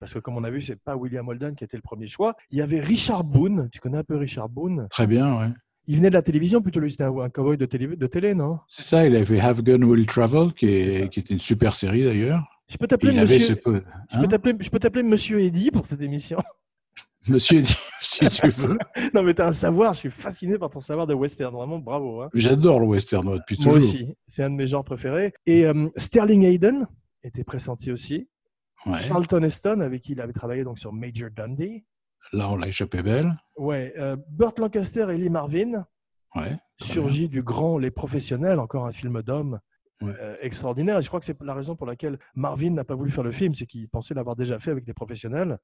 Speaker 2: Parce que, comme on a vu, c'est pas William Holden qui était le premier choix. Il y avait Richard Boone. Tu connais un peu Richard Boone
Speaker 1: Très bien, ouais.
Speaker 2: Il venait de la télévision plutôt, lui. C'était un, un cowboy de télé, de télé, non
Speaker 1: C'est ça, il avait fait Have Gun Will Travel, qui, est, qui était une super série d'ailleurs.
Speaker 2: Je peux
Speaker 1: Et
Speaker 2: t'appeler
Speaker 1: il avait
Speaker 2: monsieur,
Speaker 1: ce peu.
Speaker 2: je peux t'appeler- je peux t'appeler monsieur Eddy pour cette émission.
Speaker 1: Monsieur dit, si tu veux.
Speaker 2: non, mais t'as un savoir. Je suis fasciné par ton savoir de western. Vraiment, bravo. hein.
Speaker 1: J'adore le western moi, depuis
Speaker 2: Moi
Speaker 1: toujours.
Speaker 2: aussi, c'est un de mes genres préférés. Et euh, Sterling Hayden était pressenti aussi.
Speaker 1: Ouais.
Speaker 2: Charlton Heston, avec qui il avait travaillé donc sur Major Dundee.
Speaker 1: Là, on l'a échappé belle.
Speaker 2: Ouais, euh, Burt Lancaster et Lee Marvin,
Speaker 1: Ouais. Très
Speaker 2: surgit du grand Les Professionnels, encore un film d'homme
Speaker 1: Ouais.
Speaker 2: euh, extraordinaire. Et je crois que c'est la raison pour laquelle Marvin n'a pas voulu faire le film, c'est qu'il pensait l'avoir déjà fait avec Les Professionnels.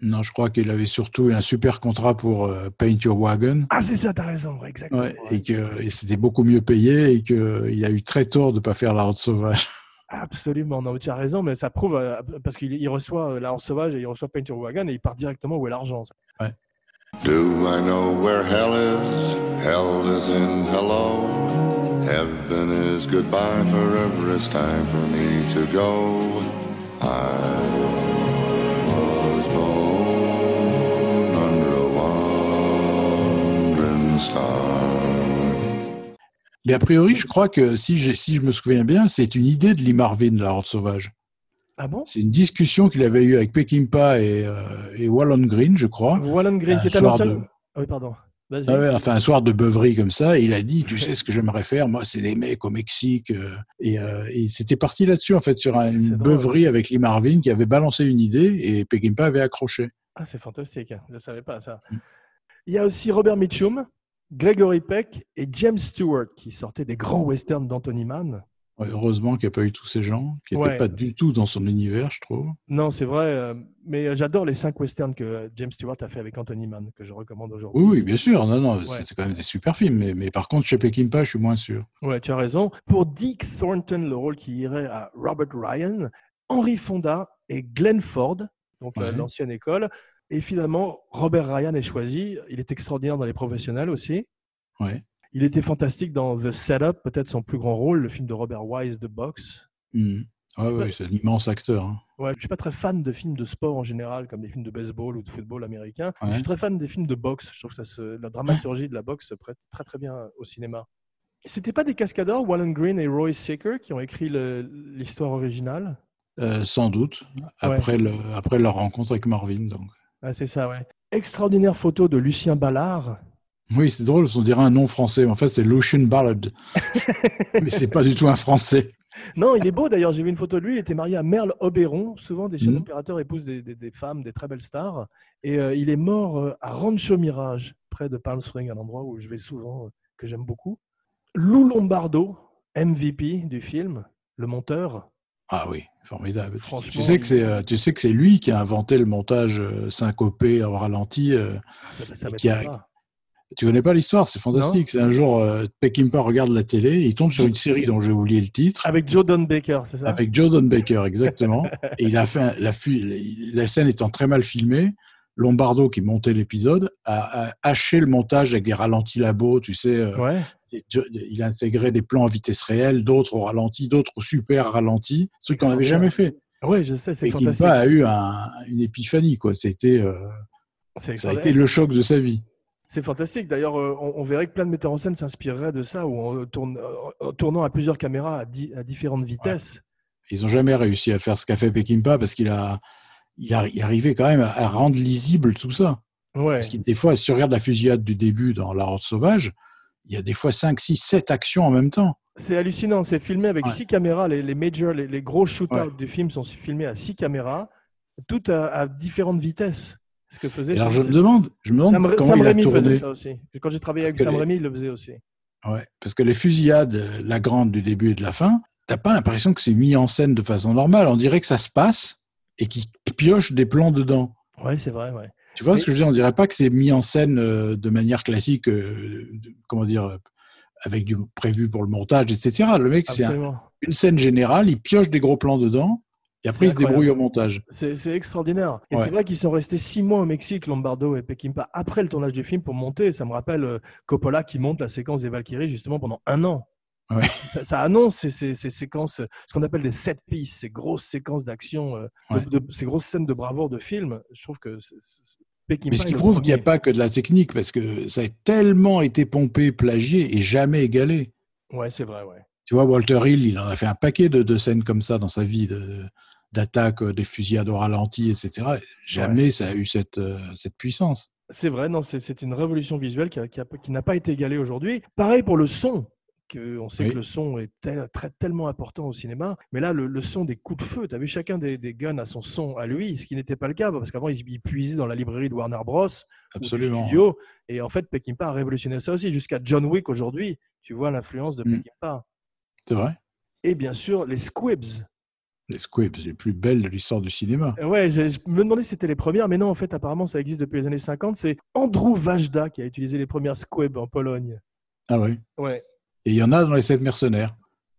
Speaker 1: Non, je crois qu'il avait surtout eu un super contrat pour euh, Paint Your Wagon.
Speaker 2: Ah, c'est ça, t'as raison, ouais, exactement.
Speaker 1: Ouais, et que et c'était beaucoup mieux payé et qu'il a eu très tort de ne pas faire la Horde Sauvage.
Speaker 2: Absolument, non, tu as raison, mais ça prouve, euh, parce qu'il il reçoit euh, La Horde Sauvage et il reçoit Paint Your Wagon et il part directement où est l'argent.
Speaker 9: Do I know where hell is? Hell is in hello. Heaven is goodbye forever. It's time for me to go. I was born under a wandering star.
Speaker 1: Mais a priori, je crois que si, j'ai- si je me souviens bien, c'est une idée de Lee Marvin, la Horde Sauvage.
Speaker 2: Ah bon
Speaker 1: C'est une discussion qu'il avait eue avec Peckinpah et, euh, et Wallon Green, je crois.
Speaker 2: Wallen Green,
Speaker 1: Un
Speaker 2: qui est un
Speaker 1: soir
Speaker 2: ancien.
Speaker 1: de-
Speaker 2: Ah oui, pardon. Vas-y.
Speaker 1: Ah ouais, enfin, un soir de beuverie comme ça, et il a dit, tu sais ce que j'aimerais faire, moi, c'est des mecs au Mexique. euh, Et, euh, et c'était parti là-dessus, en fait, sur un-
Speaker 2: C'est
Speaker 1: une
Speaker 2: drôle.
Speaker 1: beuverie avec Lee Marvin qui avait balancé une idée et Peckinpah avait accroché.
Speaker 2: Ah, c'est fantastique. Je ne savais pas ça.
Speaker 1: Mm.
Speaker 2: Il y a aussi Robert Mitchum, Gregory Peck et James Stewart qui sortaient des grands westerns d'Anthony Mann.
Speaker 1: Ouais, Heureusement qu'il n'y a pas eu tous ces gens qui n'étaient
Speaker 2: Ouais.
Speaker 1: pas du tout dans son univers, je trouve.
Speaker 2: Non, c'est vrai, euh, mais j'adore les cinq westerns que euh, James Stewart a fait avec Anthony Mann, que je recommande aujourd'hui.
Speaker 1: Oui, oui, bien sûr. Non, non,
Speaker 2: Ouais.
Speaker 1: c'est quand même des super films. Mais, mais par contre, chez Peckinpah, je suis moins sûr.
Speaker 2: Ouais, tu as raison. Pour Dick Thornton, le rôle qui irait à Robert Ryan, Henry Fonda et Glenn Ford, donc euh,
Speaker 1: Ouais.
Speaker 2: l'ancienne école. Et finalement, Robert Ryan est choisi. Il est extraordinaire dans les professionnels aussi.
Speaker 1: Ouais.
Speaker 2: Il était fantastique dans The Setup, peut-être son plus grand rôle, le film de Robert Wise de boxe.
Speaker 1: Hmm. Ouais,
Speaker 2: Je sais
Speaker 1: ouais,
Speaker 2: pas.
Speaker 1: c'est un immense acteur. hein.
Speaker 2: Ouais, je suis pas très fan de films de sport en général, comme les films de baseball ou de football américain. mais Je suis
Speaker 1: Ouais.
Speaker 2: très fan des films de boxe. Je trouve que ça se- la dramaturgie de la boxe se prête très très bien au cinéma. Et C'était pas des cascadeurs, Wallen Green et Roy Seeker, qui ont écrit le- l'histoire originale
Speaker 1: Euh, sans doute. Après, le, après leur rencontre avec Marvin. Donc.
Speaker 2: Ah, c'est ça, ouais. Extraordinaire photo de Lucien Ballard.
Speaker 1: Oui, c'est drôle. On dirait un nom français. En fait, c'est Lucian Ballard. mais c'est pas du tout un français.
Speaker 2: Non, il est beau d'ailleurs. J'ai vu une photo de lui. Il était marié à Merle Oberon. Souvent, des chefs
Speaker 1: Mhm.
Speaker 2: d'opérateurs épousent des, des- des femmes, des très belles stars. Et euh, il est mort euh, à Rancho Mirage, près de Palm Springs, un endroit où je vais souvent, euh, que j'aime beaucoup. Lou Lombardo, MVP du film, le monteur.
Speaker 1: Ah oui, formidable.
Speaker 2: Franchement,
Speaker 1: tu sais que c'est, euh, tu sais que c'est lui qui a inventé le montage euh, syncopé au ralenti. euh.
Speaker 2: Ça, ça
Speaker 1: Qui a-
Speaker 2: m'étonne pas.
Speaker 1: Tu connais pas l'histoire, c'est fantastique. C'est un jour, euh, Peckinpah regarde la télé, il tombe sur une série dont j'ai oublié le titre.
Speaker 2: Avec Joe Don Baker, c'est ça
Speaker 1: Avec Jordan Baker, exactement. et il a fait un- la, fu- la scène étant très mal filmée, Lombardo, qui montait l'épisode, a, a haché le montage avec des ralentis labo, tu sais. euh,
Speaker 2: Ouais.
Speaker 1: et Jo- Il a intégré des plans en vitesse réelle, d'autres au ralenti, d'autres au super ralenti, truc qu'on n'avait jamais fait.
Speaker 2: Ouais, je sais, c'est
Speaker 1: Et
Speaker 2: fantastique.
Speaker 1: Kimpa a eu un- une épiphanie, quoi. C'était, euh,
Speaker 2: C'est
Speaker 1: ça a
Speaker 2: extraordinaire.
Speaker 1: été le choc de sa vie.
Speaker 2: C'est fantastique. D'ailleurs, euh, on, on verrait que plein de metteurs en scène s'inspireraient de ça, où en, euh, tourne- en tournant à plusieurs caméras à, di- à différentes vitesses.
Speaker 1: Ils n'ont jamais réussi à faire ce qu'a fait Peckinpah parce qu'il a, il a, il arrivait quand même à, à rendre lisible tout ça.
Speaker 2: Ouais.
Speaker 1: Parce que des fois, si tu regardes la fusillade du début dans La Horde Sauvage, il y a des fois 5, 6, 7 actions en même temps.
Speaker 2: C'est hallucinant. C'est filmé avec
Speaker 1: Ouais.
Speaker 2: six caméras. Les, les majors, les, les gros shootouts
Speaker 1: Ouais.
Speaker 2: du film sont filmés à six caméras, toutes à, à différentes vitesses. Ce que faisait
Speaker 1: Et alors
Speaker 2: ce-
Speaker 1: je me demande, je me demande
Speaker 2: Sam, Ra-
Speaker 1: comment
Speaker 2: Sam
Speaker 1: il a
Speaker 2: Raimi
Speaker 1: tourné.
Speaker 2: faisait ça aussi. Quand j'ai travaillé avec
Speaker 1: Parce que
Speaker 2: Sam
Speaker 1: les-
Speaker 2: Raimi, il le faisait aussi.
Speaker 1: Ouais, parce que les fusillades, euh, la grande du début et de la fin, t'as pas l'impression que c'est mis en scène de façon normale. On dirait que ça se passe et qu'ils piochent des plans dedans.
Speaker 2: Ouais, c'est vrai. Ouais.
Speaker 1: Tu vois
Speaker 2: Mais-
Speaker 1: ce que je veux dire On dirait pas que c'est mis en scène euh, de manière classique, euh, de- comment dire, euh, avec du prévu pour le montage, etc. Le mec, c'est un-
Speaker 2: Absolument.
Speaker 1: une scène générale, il pioche des gros plans dedans et après
Speaker 2: C'est
Speaker 1: il se
Speaker 2: incroyable.
Speaker 1: débrouille au montage.
Speaker 2: C'est c'est extraordinaire. Et
Speaker 1: Ouais.
Speaker 2: c'est vrai qu'ils sont restés six mois au Mexique, Lombardo et Peckinpah, après le tournage du film pour monter. Ça me rappelle euh, Coppola qui monte la séquence des Valkyries justement pendant un an.
Speaker 1: Ouais.
Speaker 2: Ça, ça annonce ces, ces- ces séquences, euh, ce qu'on appelle des set pieces, ces grosses séquences d'action, euh, de-
Speaker 1: Ouais.
Speaker 2: de- ces grosses scènes de bravoure de film. Je trouve que c'est- c'est- Peckinpah.
Speaker 1: Mais ce
Speaker 2: est
Speaker 1: qui
Speaker 2: le
Speaker 1: prouve qu'il n'y a
Speaker 2: premier.
Speaker 1: pas que de la technique, parce que ça a tellement été pompé, plagié et jamais égalé.
Speaker 2: Ouais, c'est vrai, ouais.
Speaker 1: Tu vois, Walter Hill, il en a fait un paquet de, de scènes comme ça dans sa vie, de- d'attaques, euh, des fusillades au ralenti, etc. Jamais ça a eu cette, euh, cette puissance.
Speaker 2: C'est vrai, non, c'est- c'est une révolution visuelle qui, a- qui a- qui n'a pas été égalée aujourd'hui. Pareil pour le son, que on sait
Speaker 1: Oui.
Speaker 2: que le son est tel- très- tellement important au cinéma, mais là, le, le son des coups de feu, tu as vu, chacun des, des guns a son son à lui, ce qui n'était pas le cas, parce qu'avant, ils, ils puisaient dans la librairie de Warner Bros. ou du studio, et en fait, Peckinpah a révolutionné ça aussi, jusqu'à John Wick aujourd'hui, tu vois l'influence de
Speaker 1: Mm.
Speaker 2: Peckinpah.
Speaker 1: C'est vrai.
Speaker 2: Et bien sûr, les squibs.
Speaker 1: Les squibs, les plus belles de l'histoire du cinéma.
Speaker 2: Euh, Ouais, je, je me demandais si c'était les premières, mais non, en fait, apparemment, ça existe depuis les années 50. C'est Andrew Wajda qui a utilisé les premières squibs en Pologne.
Speaker 1: Ah oui.
Speaker 2: Ouais.
Speaker 1: Et il y en a dans les sept mercenaires.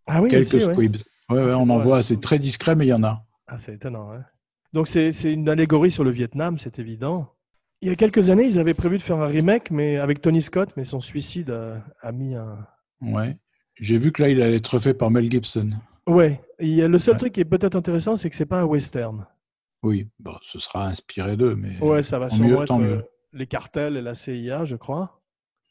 Speaker 2: Ah oui,
Speaker 1: Quelques
Speaker 2: aussi, ouais.
Speaker 1: squibs. Ouais, ouais,
Speaker 2: C'est
Speaker 1: on en
Speaker 2: vrai.
Speaker 1: voit. C'est très discret, mais il y en a.
Speaker 2: Ah, c'est étonnant. hein. Donc, c'est c'est une allégorie sur le Vietnam, c'est évident. Il y a quelques années, ils avaient prévu de faire un remake mais avec Tony Scott, mais son suicide a, a mis un.
Speaker 1: Ouais. J'ai vu que là, il allait être refait par Mel Gibson.
Speaker 2: Ouais, il y a- le seul
Speaker 1: Ouais.
Speaker 2: truc qui est peut-être intéressant, c'est que c'est pas un western.
Speaker 1: Oui, bon, ce sera inspiré d'eux, mais
Speaker 2: Ouais, ça va
Speaker 1: tant
Speaker 2: sûrement
Speaker 1: mieux,
Speaker 2: être
Speaker 1: tant
Speaker 2: euh,
Speaker 1: mieux.
Speaker 2: les cartels et la CIA, je crois.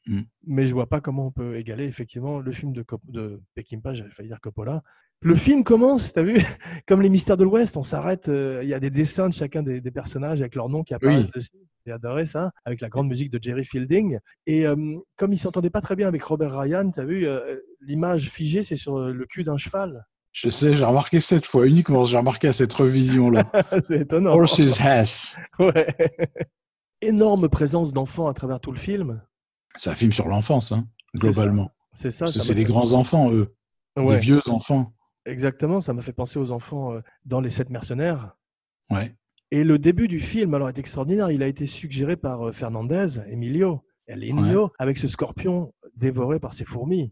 Speaker 1: Mm.
Speaker 2: Mais je vois pas comment on peut égaler effectivement le film de, Cop- de Peckinpah, j'avais failli dire Coppola. Le film commence, t'as vu, comme les mystères de l'Ouest, on s'arrête, euh, il y a des dessins de chacun des, des personnages avec leur nom qui apparaissent dessus. J'ai adoré ça, avec la grande musique de Jerry Fielding. Et euh, comme il s'entendait pas très bien avec Robert Ryan, t'as vu, euh, l'image figée, c'est sur euh, le cul d'un cheval.
Speaker 1: Je sais, j'ai remarqué cette fois uniquement, j'ai remarqué à cette revision-là.
Speaker 2: c'est étonnant.
Speaker 1: Horses Ass.
Speaker 2: Ouais. Énorme présence d'enfants à travers tout le film.
Speaker 1: C'est un film sur l'enfance, hein,
Speaker 2: C'est
Speaker 1: globalement.
Speaker 2: C'est ça.
Speaker 1: Parce que
Speaker 2: ça
Speaker 1: C'est
Speaker 2: m'a
Speaker 1: des
Speaker 2: fait-
Speaker 1: grands enfants, eux,
Speaker 2: Ouais,
Speaker 1: des vieux enfants.
Speaker 2: Exactement, ça m'a fait penser aux enfants euh, dans Les Sept Mercenaires.
Speaker 1: Ouais.
Speaker 2: Et le début du film, alors, est extraordinaire. Il a été suggéré par euh, Fernandez, Emilio, El Indio, avec ce scorpion dévoré par ses fourmis,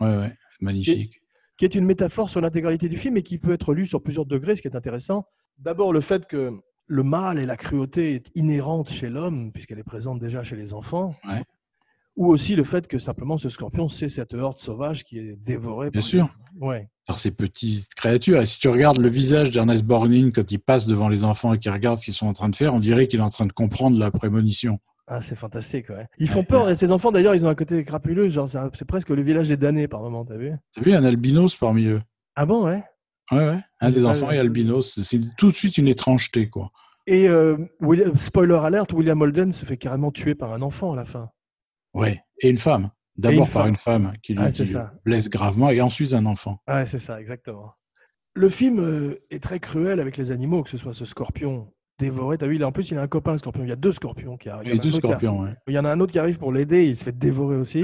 Speaker 1: Ouais, ouais, magnifique.
Speaker 2: qui est une métaphore sur l'intégralité du film et qui peut être lu sur plusieurs degrés, ce qui est intéressant. D'abord, le fait que le mal et la cruauté est inhérente chez l'homme, puisqu'elle est présente déjà chez les enfants.
Speaker 1: Ouais.
Speaker 2: Ou aussi le fait que simplement ce scorpion, c'est cette horde sauvage qui est dévorée.
Speaker 1: Bien
Speaker 2: par-
Speaker 1: sûr.
Speaker 2: Ouais.
Speaker 1: Par ces petites créatures. Et si tu regardes le visage d'Ernest Borgnine quand il passe devant les enfants et qu'il regarde ce qu'ils sont en train de faire, on dirait qu'il est en train de comprendre la prémonition.
Speaker 2: Ah, c'est fantastique, ouais. Ils font
Speaker 1: Ouais,
Speaker 2: peur. Et ces enfants, d'ailleurs, ils ont un côté crapuleux. Genre, c'est un- c'est presque le village des damnés par moment, t'as vu
Speaker 1: T'as vu un albinos parmi eux
Speaker 2: Ah bon, ouais.
Speaker 1: Ouais, ouais. Un
Speaker 2: J'ai
Speaker 1: des
Speaker 2: pas
Speaker 1: enfants
Speaker 2: vu.
Speaker 1: est albinos. C'est- C'est tout de suite une étrangeté, quoi.
Speaker 2: Et euh, William- spoiler alert, William Holden se fait carrément tuer par un enfant à la fin.
Speaker 1: Ouais. Et une femme. D'abord par
Speaker 2: femme.
Speaker 1: une femme qui lui,
Speaker 2: Ah, c'est
Speaker 1: qui lui
Speaker 2: ça.
Speaker 1: blesse gravement et ensuite un enfant.
Speaker 2: Ah Ouais, c'est ça, exactement. Le film euh, est très cruel avec les animaux, que ce soit ce scorpion dévoré. T'as vu, il a- en plus, il a un copain, le scorpion. Il y a deux scorpions qui arrivent. Il y
Speaker 1: Et
Speaker 2: en a
Speaker 1: deux
Speaker 2: un autre qui arrive-
Speaker 1: scorpions, ouais.
Speaker 2: Il y en a un autre qui arrive pour l'aider, il se fait dévorer aussi.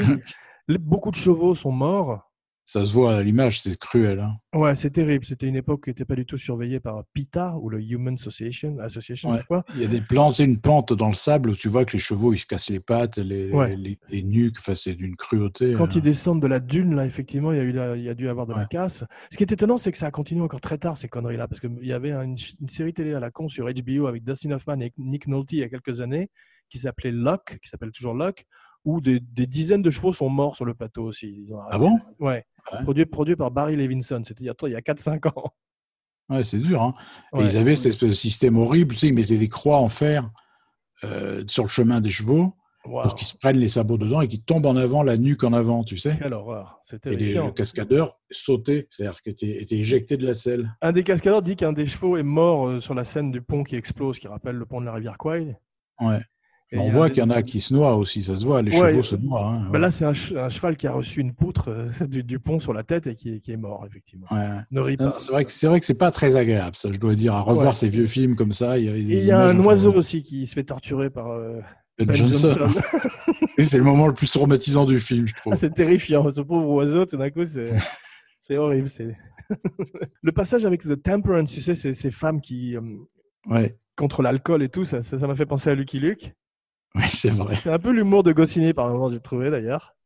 Speaker 2: Les- Beaucoup de chevaux sont morts.
Speaker 1: Ça se voit à l'image, c'est cruel. Hein.
Speaker 2: Ouais, c'est terrible. C'était une époque qui n'était pas du tout surveillée par PITA ou le Human Association. Association
Speaker 1: Ouais.
Speaker 2: je crois.
Speaker 1: Il y a des plantes, une pente dans le sable où tu vois que les chevaux ils se cassent les pattes, les,
Speaker 2: Ouais.
Speaker 1: les, les nuques, enfin, c'est d'une cruauté.
Speaker 2: Quand
Speaker 1: hein.
Speaker 2: ils descendent de la dune, là, effectivement, il y a, eu la- il y a dû avoir de la
Speaker 1: Ouais.
Speaker 2: casse. Ce qui est étonnant, c'est que ça a continué encore très tard, ces conneries-là, parce qu'il y avait une, ch- une série télé à la con sur HBO avec Dustin Hoffman et Nick Nolte il y a quelques années, qui s'appelait Locke, qui s'appelle toujours Locke, où des, des dizaines de chevaux sont morts sur le plateau aussi. Ils ont
Speaker 1: Ah bon
Speaker 2: Ouais.
Speaker 1: Ouais.
Speaker 2: Produit, produit par Barry Levinson, c'était il y a, il y a 4-5 ans.
Speaker 1: Ouais, c'est dur. Hein. Et
Speaker 2: Ouais.
Speaker 1: ils avaient cet espèce de système horrible, tu sais, ils mettaient des croix en fer euh, sur le chemin des chevaux
Speaker 2: Wow.
Speaker 1: pour qu'ils se prennent les sabots dedans et qu'ils tombent en avant, la nuque en avant, tu sais.
Speaker 2: Quelle horreur. C'est
Speaker 1: Et les-
Speaker 2: terrifiant.
Speaker 1: le cascadeur sautait, c'est-à-dire qu'il était, était éjecté de la selle.
Speaker 2: Un des cascadeurs dit qu'un des chevaux est mort euh, sur la scène du pont qui explose, qui rappelle le pont de la rivière Kwai.
Speaker 1: Ouais.
Speaker 2: Et
Speaker 1: Mais on
Speaker 2: il y a
Speaker 1: voit
Speaker 2: des-
Speaker 1: qu'il y en a qui se noient aussi, ça se voit, les
Speaker 2: Ouais,
Speaker 1: chevaux
Speaker 2: il-
Speaker 1: se noient. hein,
Speaker 2: Ben là, c'est un, che- un cheval qui a reçu une poutre euh, du, du pont sur la tête et qui, est- qui est mort, effectivement.
Speaker 1: ouais. Ouais.
Speaker 2: Ne ris
Speaker 1: Non,
Speaker 2: pas.
Speaker 1: C'est vrai que c'est vrai que c'est pas très agréable, ça, je dois dire, à revoir
Speaker 2: Ouais.
Speaker 1: ces vieux films comme ça. Il y, avait des
Speaker 2: Et il y a
Speaker 1: images
Speaker 2: un
Speaker 1: encore-
Speaker 2: oiseau aussi qui se fait torturer par euh,
Speaker 1: Ben
Speaker 2: Ben
Speaker 1: Johnson.
Speaker 2: Johnson.
Speaker 1: Oui, c'est le moment le plus traumatisant du film, je trouve.
Speaker 2: c'est terrifiant. Ce pauvre oiseau, tout d'un coup, c'est. C'est horrible. c'est- le passage avec The Temperance, tu sais, ces, ces femmes qui, euh,
Speaker 1: Ouais,
Speaker 2: contre l'alcool et tout, ça ça- ça m'a fait penser à Lucky Luke.
Speaker 1: ouais c'est vrai.
Speaker 2: C'est un peu l'humour de Goscinny par moment, j'ai trouvé d'ailleurs.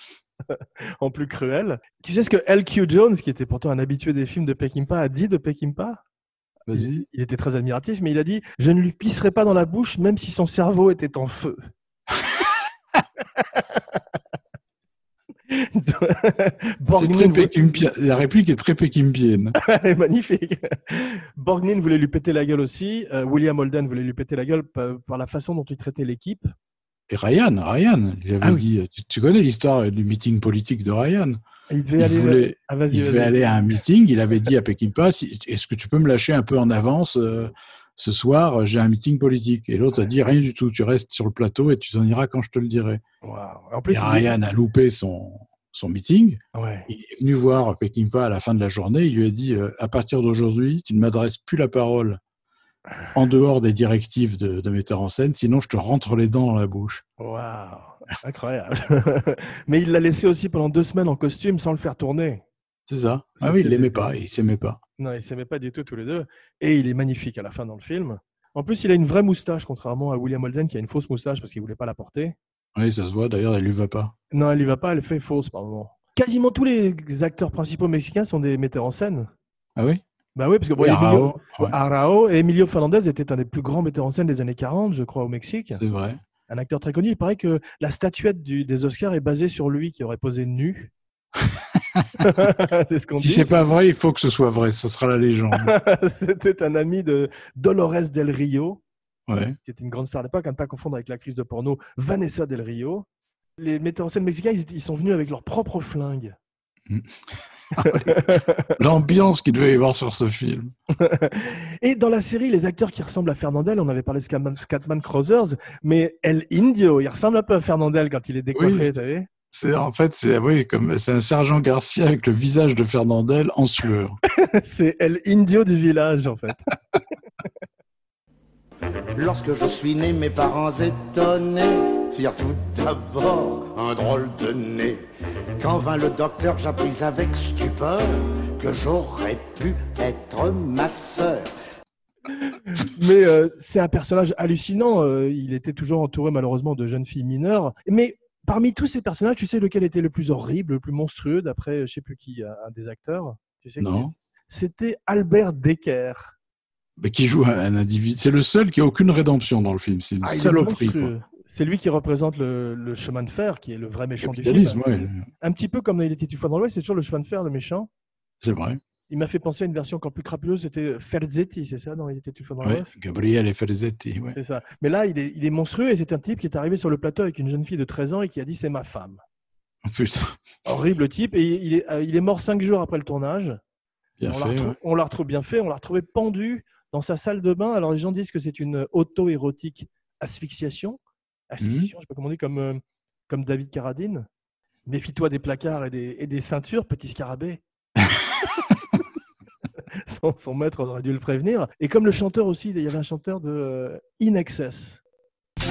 Speaker 2: en plus cruel. Tu sais ce que LQ Jones, qui était pourtant un habitué des films de Peckinpah, a dit de Peckinpah
Speaker 1: Vas-y.
Speaker 2: Il était très admiratif, mais il a dit Je ne lui pisserai pas dans la bouche, même si son cerveau était en feu.
Speaker 1: C'est très
Speaker 2: Borgnine, voulait-
Speaker 1: Peckinpia- La réplique est très péquimpienne.
Speaker 2: elle est magnifique. Borgnine voulait lui péter la gueule aussi. euh, William Holden voulait lui péter la gueule pa- par la façon dont il traitait l'équipe.
Speaker 1: Et Ryan, Ryan, il avait
Speaker 2: Ah oui.
Speaker 1: dit, tu, tu connais l'histoire euh, du meeting politique de Ryan.
Speaker 2: Et Il devait
Speaker 1: Il
Speaker 2: aller.
Speaker 1: voulait-
Speaker 2: Ah, vas-y,
Speaker 1: il
Speaker 2: vas-y.
Speaker 1: devait aller à un meeting, il avait dit à Peckinpah, si- est-ce que tu peux me lâcher un peu en avance euh, ce soir, euh, j'ai un meeting politique. Et l'autre a dit, rien du tout, tu restes sur le plateau et tu t'en iras quand je te le dirai.
Speaker 2: Waouh. En plus,
Speaker 1: Et
Speaker 2: il-
Speaker 1: Ryan a loupé son, son meeting.
Speaker 2: Ouais.
Speaker 1: Il est venu voir Peckinpah à la fin de la journée. Il lui a dit euh, À partir d'aujourd'hui, tu ne m'adresses plus la parole en dehors des directives de, de metteur en scène, sinon je te rentre les dents dans la bouche.
Speaker 2: Waouh, incroyable. Mais il l'a laissé aussi pendant deux semaines en costume sans le faire tourner.
Speaker 1: C'est ça Ah
Speaker 2: Ça
Speaker 1: oui,
Speaker 2: fait
Speaker 1: il l'aimait
Speaker 2: des-
Speaker 1: pas, il s'aimait pas.
Speaker 2: Non, ils s'aimaient pas du tout tous les deux. Et il est magnifique à la fin dans le film. En plus, il a une vraie moustache, contrairement à William Holden qui a une fausse moustache parce qu'il voulait pas la porter.
Speaker 1: Oui, ça se voit, d'ailleurs, elle lui va pas.
Speaker 2: Non, elle lui va pas, elle fait fausse par moment. Quasiment tous les acteurs principaux mexicains sont des metteurs en scène.
Speaker 1: Ah oui
Speaker 2: Bah oui, parce que bon,
Speaker 1: Oui,
Speaker 2: Emilio-
Speaker 1: Rao, ouais,
Speaker 2: Arao et Emilio Fernandez était un des plus grands metteurs en scène des années 40, je crois, au Mexique.
Speaker 1: C'est vrai.
Speaker 2: Un acteur très connu. Il paraît que la statuette du- des Oscars est basée sur lui qui aurait posé nu. C'est ce qu'on
Speaker 1: Si
Speaker 2: dit.
Speaker 1: c'est pas vrai, il faut que ce soit vrai, ce sera la légende.
Speaker 2: C'était un ami de Dolores Del Rio,
Speaker 1: Ouais.
Speaker 2: qui était une grande star à l'époque, à ne pas confondre avec l'actrice de porno Vanessa Del Rio. Les metteurs en scène mexicains, ils, étaient- ils sont venus avec leurs propres flingues.
Speaker 1: L'ambiance qu'il devait y avoir sur ce film.
Speaker 2: Et dans la série, les acteurs qui ressemblent à Fernandel, on avait parlé de Scatman, Scatman Crothers, mais El Indio, il ressemble un peu à Fernandel quand il est décoiffé,
Speaker 1: Oui.
Speaker 2: vous savez.
Speaker 1: C'est en fait, c'est oui, comme c'est un sergent Garcia avec le visage de Fernandel en sueur.
Speaker 2: C'est El Indio du village, en fait.
Speaker 10: Lorsque je suis né, mes parents étonnés firent tout d'abord un drôle de nez. Quand vint le docteur, j'appris avec stupeur que j'aurais pu être ma sœur.
Speaker 2: Mais euh, c'est un personnage hallucinant. euh, il était toujours entouré malheureusement de jeunes filles mineures. Mais parmi tous ces personnages, tu sais lequel était le plus horrible, le plus monstrueux d'après euh, je sais plus qui, un un des acteurs. Tu sais qui
Speaker 1: Non.
Speaker 2: C'était Albert Decker.
Speaker 1: Mais qui joue un, un individu. C'est le seul qui a aucune rédemption dans le film. C'est une
Speaker 2: Ah, il est
Speaker 1: saloperie. quoi.
Speaker 2: monstrueux. C'est lui qui représente le, le chemin de fer, qui est le vrai méchant du
Speaker 1: Capitalisme,
Speaker 2: film.
Speaker 1: ouais.
Speaker 2: Un petit peu comme dans il était une fois dans l'Ouest, c'est toujours le chemin de fer, le méchant.
Speaker 1: C'est vrai.
Speaker 2: Il m'a fait penser à une version encore plus crapuleuse, c'était euh, Ferzetti, c'est ça Non, il était une fois dans
Speaker 1: Ouais.
Speaker 2: l'Ouest.
Speaker 1: Gabriel et Ferzetti. ouais.
Speaker 2: C'est ça. Mais là, il est, il est monstrueux et c'est un type qui est arrivé sur le plateau avec une jeune fille de 13 ans et qui a dit c'est ma femme.
Speaker 1: Putain,
Speaker 2: Horrible type. Et il est, euh, il est mort cinq jours après le tournage.
Speaker 1: bien
Speaker 2: on,
Speaker 1: fait.
Speaker 2: l'a retrou-
Speaker 1: ouais.
Speaker 2: on l'a retrouvé bien fait. On l'a retrouvé pendu dans sa salle de bain. Alors les gens disent que c'est une auto-érotique asphyxiation.
Speaker 1: Mhm.
Speaker 2: Asphyxiation, je sais pas comment on dit, comme, euh, comme David Carradine. Méfie-toi des placards et des, et des ceintures, petit scarabée. son, son maître aurait dû le prévenir. Et comme le chanteur aussi, il y avait un chanteur de euh, In Excess.
Speaker 5: Gonna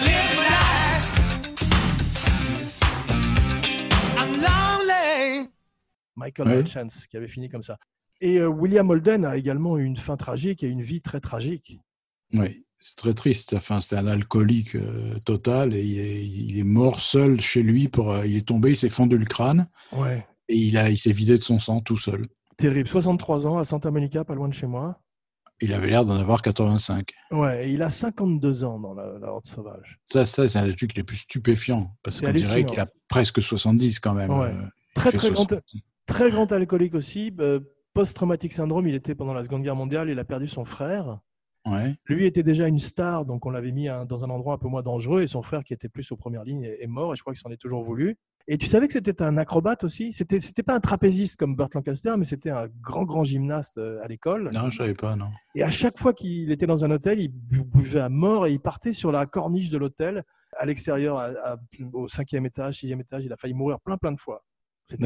Speaker 5: live my life. I'm
Speaker 2: Michael oui. Hutchins, qui avait fini comme ça. Et euh, William Holden a également eu une fin tragique et une vie très tragique.
Speaker 1: Oui, c'est très triste. Enfin, c'était un alcoolique euh, total et il est, il est, mort seul chez lui. Pour, euh, il est tombé, il s'est fendu le crâne.
Speaker 2: Ouais.
Speaker 1: Et il, a, il s'est vidé de son sang tout seul.
Speaker 2: Terrible. 63 ans à Santa Monica, pas loin de chez moi.
Speaker 1: Il avait l'air d'en avoir 85.
Speaker 2: Ouais, et il a 52 ans dans la, la Horde Sauvage.
Speaker 1: Ça, ça c'est un des trucs les plus stupéfiants. Parce qu'on dirait qu'il a presque 70 quand même. euh,
Speaker 2: Ouais. très, très grand, très grand alcoolique aussi. Post-traumatic syndrome, il était pendant la Seconde Guerre mondiale, il a perdu son frère.
Speaker 1: Ouais.
Speaker 2: Lui était déjà une star, donc on l'avait mis un, dans un endroit un peu moins dangereux, et son frère, qui était plus aux premières lignes, est, est mort, et je crois qu'il s'en est toujours voulu. Et tu savais que c'était un acrobate aussi C'était c'était pas un trapéziste comme Burt Lancaster, mais c'était un grand, grand gymnaste euh, à l'école.
Speaker 1: Non, je savais pas, non.
Speaker 2: Et à chaque fois qu'il était dans un hôtel, il buvait à mort et il partait sur la corniche de l'hôtel, à l'extérieur, au cinquième étage, sixième étage. Il a failli mourir plein, plein de fois. C'est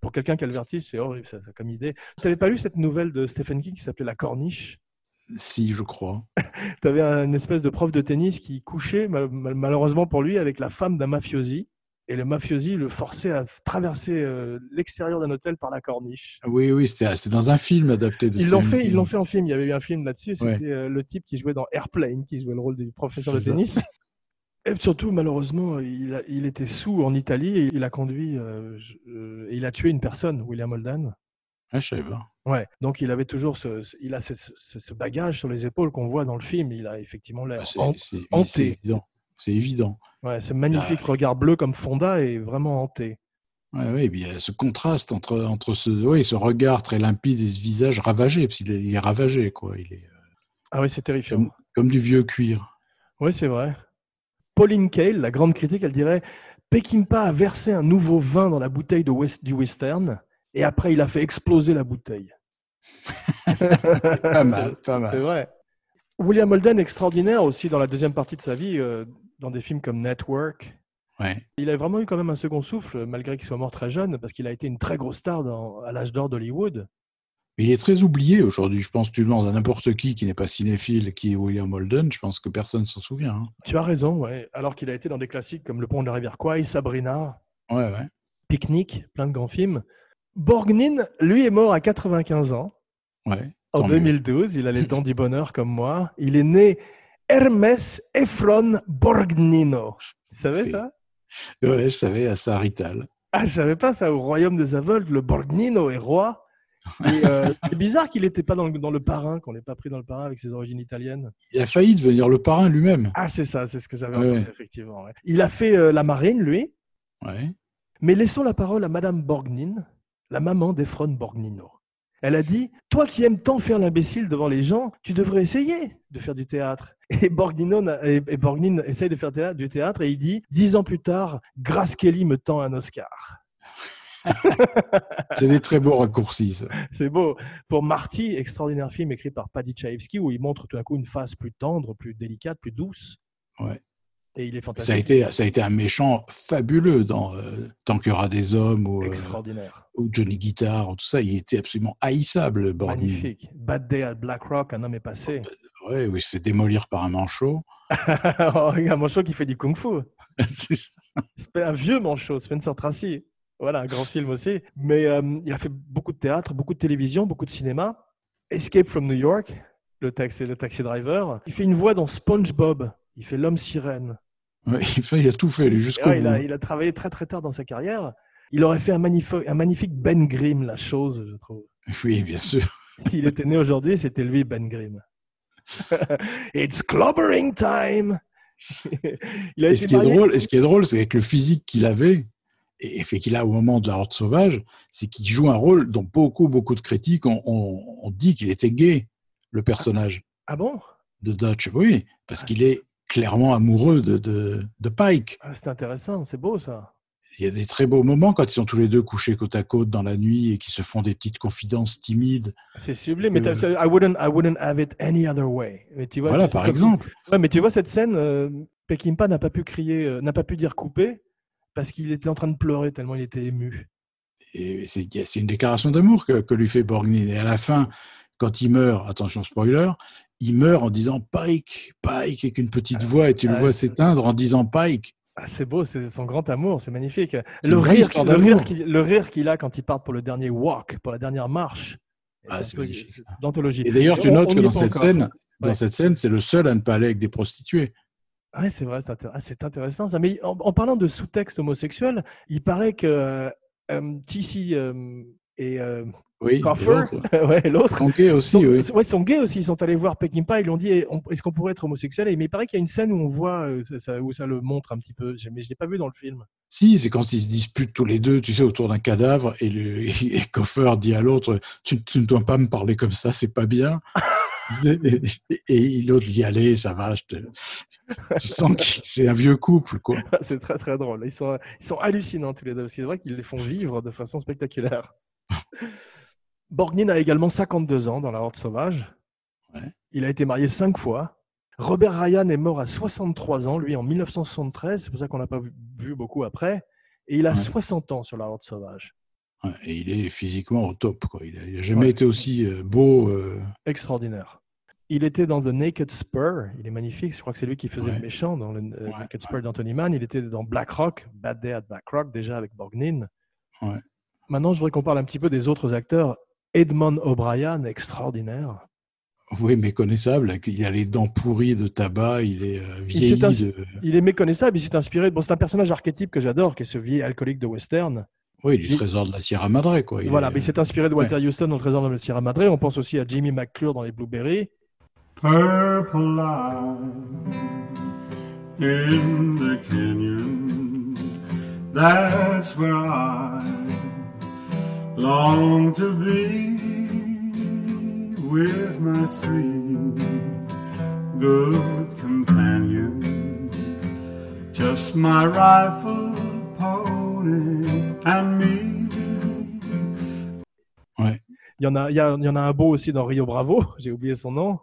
Speaker 2: Pour quelqu'un qui a le vertige, c'est horrible ça, ça, comme idée. Tu n'avais pas lu cette nouvelle de Stephen King qui s'appelait La Corniche
Speaker 1: si, je crois.
Speaker 2: tu avais une espèce de prof de tennis qui couchait, mal malheureusement pour lui, avec la femme d'un mafiosi. Et le mafiosi le forçait à traverser euh, l'extérieur d'un hôtel par la corniche.
Speaker 1: Ah Oui, oui, c'est dans un film adapté de
Speaker 2: Ils l'ont fait, ils l'ont fait en film. Il y avait eu un film là-dessus. C'était ouais. euh, le type qui jouait dans Airplane, qui jouait le rôle du professeur de tennis. Et surtout, malheureusement, il, a, il, était sous en Italie et il a conduit, euh, et il a tué une personne, William Holden.
Speaker 1: Ah, je savais pas.
Speaker 2: Ouais. Donc il avait toujours ce, ce il a ce, ce, ce, bagage sur les épaules qu'on voit dans le film. Il a effectivement
Speaker 1: Ah,
Speaker 2: l'air bah hanté.
Speaker 1: C'est évident.
Speaker 2: Ouais, ce magnifique a... regard bleu comme Fonda est vraiment hanté.
Speaker 1: Oui, ouais, et bien ce contraste entre entre ce oui, ce regard très limpide et ce visage ravagé, parce qu'il est, il est, ravagé quoi. Il est.
Speaker 2: Ah oui, c'est terrifiant.
Speaker 1: Comme, comme, du vieux cuir.
Speaker 2: Oui, c'est vrai. Pauline Kael, la grande critique, elle dirait Peckinpah a versé un nouveau vin dans la bouteille de West, du western et après il a fait exploser la bouteille.
Speaker 1: pas mal, pas mal.
Speaker 2: C'est vrai. William Holden, extraordinaire aussi dans la deuxième partie de sa vie, euh, dans des films comme Network.
Speaker 1: Ouais.
Speaker 2: Il a vraiment eu quand même un second souffle, malgré qu'il soit mort très jeune, parce qu'il a été une très grosse star dans, à l'âge d'or d'Hollywood.
Speaker 1: Mais il est très oublié aujourd'hui. Je pense que tu demandes à n'importe qui qui n'est pas cinéphile qui est William Holden, je pense que personne s'en souvient. Hein.
Speaker 2: Tu as raison, ouais. alors qu'il a été dans des classiques comme Le Pont de la Rivière Kwai, Sabrina,
Speaker 1: ouais, ouais.
Speaker 2: Picnic, plein de grands films. Borgnine, lui, est mort à 95 ans.
Speaker 1: Ouais,
Speaker 2: en 2012, mieux. il a les dents du bonheur comme moi. Il est né Hermès Efron Borgnino. Tu savais ça
Speaker 1: Ouais, je savais à Sarital.
Speaker 2: Ah, je savais pas ça. Au royaume des aveugles, le Borgnino est roi. Euh, c'est bizarre qu'il n'était pas dans le, dans le parrain, qu'on l'ait pas pris dans le parrain avec ses origines italiennes.
Speaker 1: Il a failli devenir le parrain lui-même.
Speaker 2: Ah, c'est ça, c'est ce que j'avais ouais. entendu, effectivement. Ouais. Il a fait euh, la marine, lui.
Speaker 1: Ouais.
Speaker 2: Mais laissons la parole à Madame Borgnine la maman d'Efron Borgnino. Elle a dit Toi qui aimes tant faire l'imbécile devant les gens, tu devrais essayer de faire du théâtre. Et, Borgnino, et Borgnine essaye de faire du théâtre et il dit Dix ans plus tard, Grace Kelly me tend un Oscar.
Speaker 1: C'est des très beaux raccourcis.
Speaker 2: C'est beau. Pour Marty, extraordinaire film écrit par Paddy Chaevsky où il montre tout d'un coup une face plus tendre, plus délicate, plus douce.
Speaker 1: Ouais.
Speaker 2: Et il est
Speaker 1: ça a été, ça a été un méchant fabuleux dans euh, Tant qu'il y aura des hommes ou,
Speaker 2: Extraordinaire.
Speaker 1: Euh, ou Johnny Guitar, tout ça. Il était absolument haïssable, Borgnine.
Speaker 2: Magnifique. Bad Day at Black Rock, un homme est passé.
Speaker 1: Oh, ouais, où il se fait démolir par un manchot.
Speaker 2: un manchot qui fait du kung-fu.
Speaker 1: C'est
Speaker 2: ça. un vieux manchot, Spencer Tracy. Voilà, un grand film aussi. Mais euh, il a fait beaucoup de théâtre, beaucoup de télévision, beaucoup de cinéma. Escape from New York, le taxi, le taxi driver. Il fait une voix dans SpongeBob. Il fait l'homme sirène.
Speaker 1: Ouais, il a tout fait, jusqu'au ouais,
Speaker 2: Ah, il, a, il a, travaillé très très tard dans sa carrière. Il aurait fait un, un magnifique Ben Grimm, la chose, je trouve.
Speaker 1: Oui, bien sûr.
Speaker 2: S'il était né aujourd'hui, c'était lui, Ben Grimm. It's clobbering time!
Speaker 1: il a et, ce qui est drôle, et ce qui est drôle, c'est avec le physique qu'il avait, et fait qu'il a au moment de la Horde Sauvage, c'est qu'il joue un rôle dont beaucoup, beaucoup de critiques ont, ont, ont dit qu'il était gay, le personnage.
Speaker 2: Ah, ah bon?
Speaker 1: De Dutch, oui, parce ah, qu'il est clairement amoureux de, de, de Pike.
Speaker 2: Ah, c'est intéressant, c'est beau ça.
Speaker 1: Il y a des très beaux moments quand ils sont tous les deux couchés côte à côte dans la nuit et qui se font des petites confidences timides.
Speaker 2: C'est sublime. Euh... Mais I wouldn't, I wouldn't have it any other way. Mais tu vois,
Speaker 1: voilà, par
Speaker 2: comme...
Speaker 1: exemple.
Speaker 2: Ouais, mais tu vois cette scène, euh, Peckinpah n'a pas pu crier, euh, n'a pas pu dire couper parce qu'il était en train de pleurer tellement il était ému.
Speaker 1: Et c'est une déclaration d'amour que, que lui fait Borgnine. Et à la fin, quand il meurt, attention spoiler, il meurt en disant Pike, Pike, avec une petite voix, et tu le vois s'éteindre en disant Pike.
Speaker 2: Ah, c'est beau, c'est son grand amour, c'est magnifique.
Speaker 1: C'est
Speaker 2: Le
Speaker 1: une vraie
Speaker 2: rire,
Speaker 1: histoire
Speaker 2: le rire
Speaker 1: d'amour.
Speaker 2: qu'il le rire qu'il a quand il part pour le dernier walk, pour la dernière marche.
Speaker 1: Ah,
Speaker 2: C'est
Speaker 1: c'est
Speaker 2: un peu-
Speaker 1: magnifique,
Speaker 2: c'est D'anthologie.
Speaker 1: Et d'ailleurs, tu
Speaker 2: On-
Speaker 1: notes
Speaker 2: on
Speaker 1: que
Speaker 2: y est
Speaker 1: dans
Speaker 2: pas
Speaker 1: cette,
Speaker 2: encore.
Speaker 1: scène, dans
Speaker 2: Ouais.
Speaker 1: cette scène, c'est le seul à ne pas aller avec des prostituées.
Speaker 2: Ouais, c'est vrai, c'est intér- ah, c'est intéressant ça. Mais en, en parlant de sous-texte homosexuel, il paraît que euh, TC euh, et euh,
Speaker 1: Oui.
Speaker 2: Coffer, ouais, l'autre,
Speaker 1: Tranqué aussi,
Speaker 2: sont,
Speaker 1: oui.
Speaker 2: ouais, sont gays aussi. Ils sont allés voir Peckinpah, ils lui ont dit eh, on- est-ce qu'on pourrait être homosexuel Et- Mais il paraît qu'il y a une scène où on voit, euh, ça- ça- où ça le montre un petit peu, J'ai- mais je ne l'ai pas vu dans le film.
Speaker 1: Si, c'est quand ils se disputent tous les deux, tu sais, autour d'un cadavre, et, le, et Coffer dit à l'autre tu, tu ne dois pas me parler comme ça, c'est pas bien. et et l'autre lui dit Allez, ça va, je te- tu sens que c'est un vieux couple, quoi.
Speaker 2: c'est très très drôle. Ils sont, ils sont hallucinants tous les deux. parce que C'est vrai qu'ils les font vivre de façon spectaculaire. Borgnine a également 52 ans dans la Horde Sauvage.
Speaker 1: Ouais.
Speaker 2: Il a été marié cinq fois. Robert Ryan est mort à 63 ans, lui, en 1973. C'est pour ça qu'on l'a pas vu- vu beaucoup après. Et il a
Speaker 1: Ouais.
Speaker 2: 60 ans sur la Horde Sauvage.
Speaker 1: Ouais, Et il est physiquement au top, quoi. Il a, il a jamais
Speaker 2: Ouais.
Speaker 1: été aussi euh, beau. euh,
Speaker 2: Extraordinaire. Il était dans The Naked Spur. Il est magnifique. Je crois que c'est lui qui faisait
Speaker 1: Ouais.
Speaker 2: le méchant dans le euh,
Speaker 1: Ouais,
Speaker 2: Naked Spur d'Anthony Mann. Il était dans Black Rock, Bad Day at Black Rock, déjà avec Borgnine.
Speaker 1: Ouais.
Speaker 2: Maintenant, je voudrais qu'on parle un petit peu des autres acteurs. Edmond O'Brien, extraordinaire.
Speaker 1: Oui, méconnaissable. Il a les dents pourries de tabac, il est euh, vieilli.
Speaker 2: s'est ins-
Speaker 1: de-
Speaker 2: Il est méconnaissable. Il s'est inspiré. Bon, c'est un personnage archétype que j'adore, qui est ce vieil alcoolique de western.
Speaker 1: Oui, du
Speaker 2: il-
Speaker 1: trésor de la Sierra Madre, quoi. Il
Speaker 2: voilà,
Speaker 1: est-
Speaker 2: mais il s'est inspiré de Walter Houston dans Le Trésor de la Sierra Madre. On pense aussi à Jimmy McClure dans Les Blueberries.
Speaker 11: Purple line in the canyon. That's where I long to be with my three good companions. Just my rifle, pony, and me.
Speaker 2: Il y en a, il y a- il y en a un beau aussi dans Rio Bravo. J'ai oublié son nom.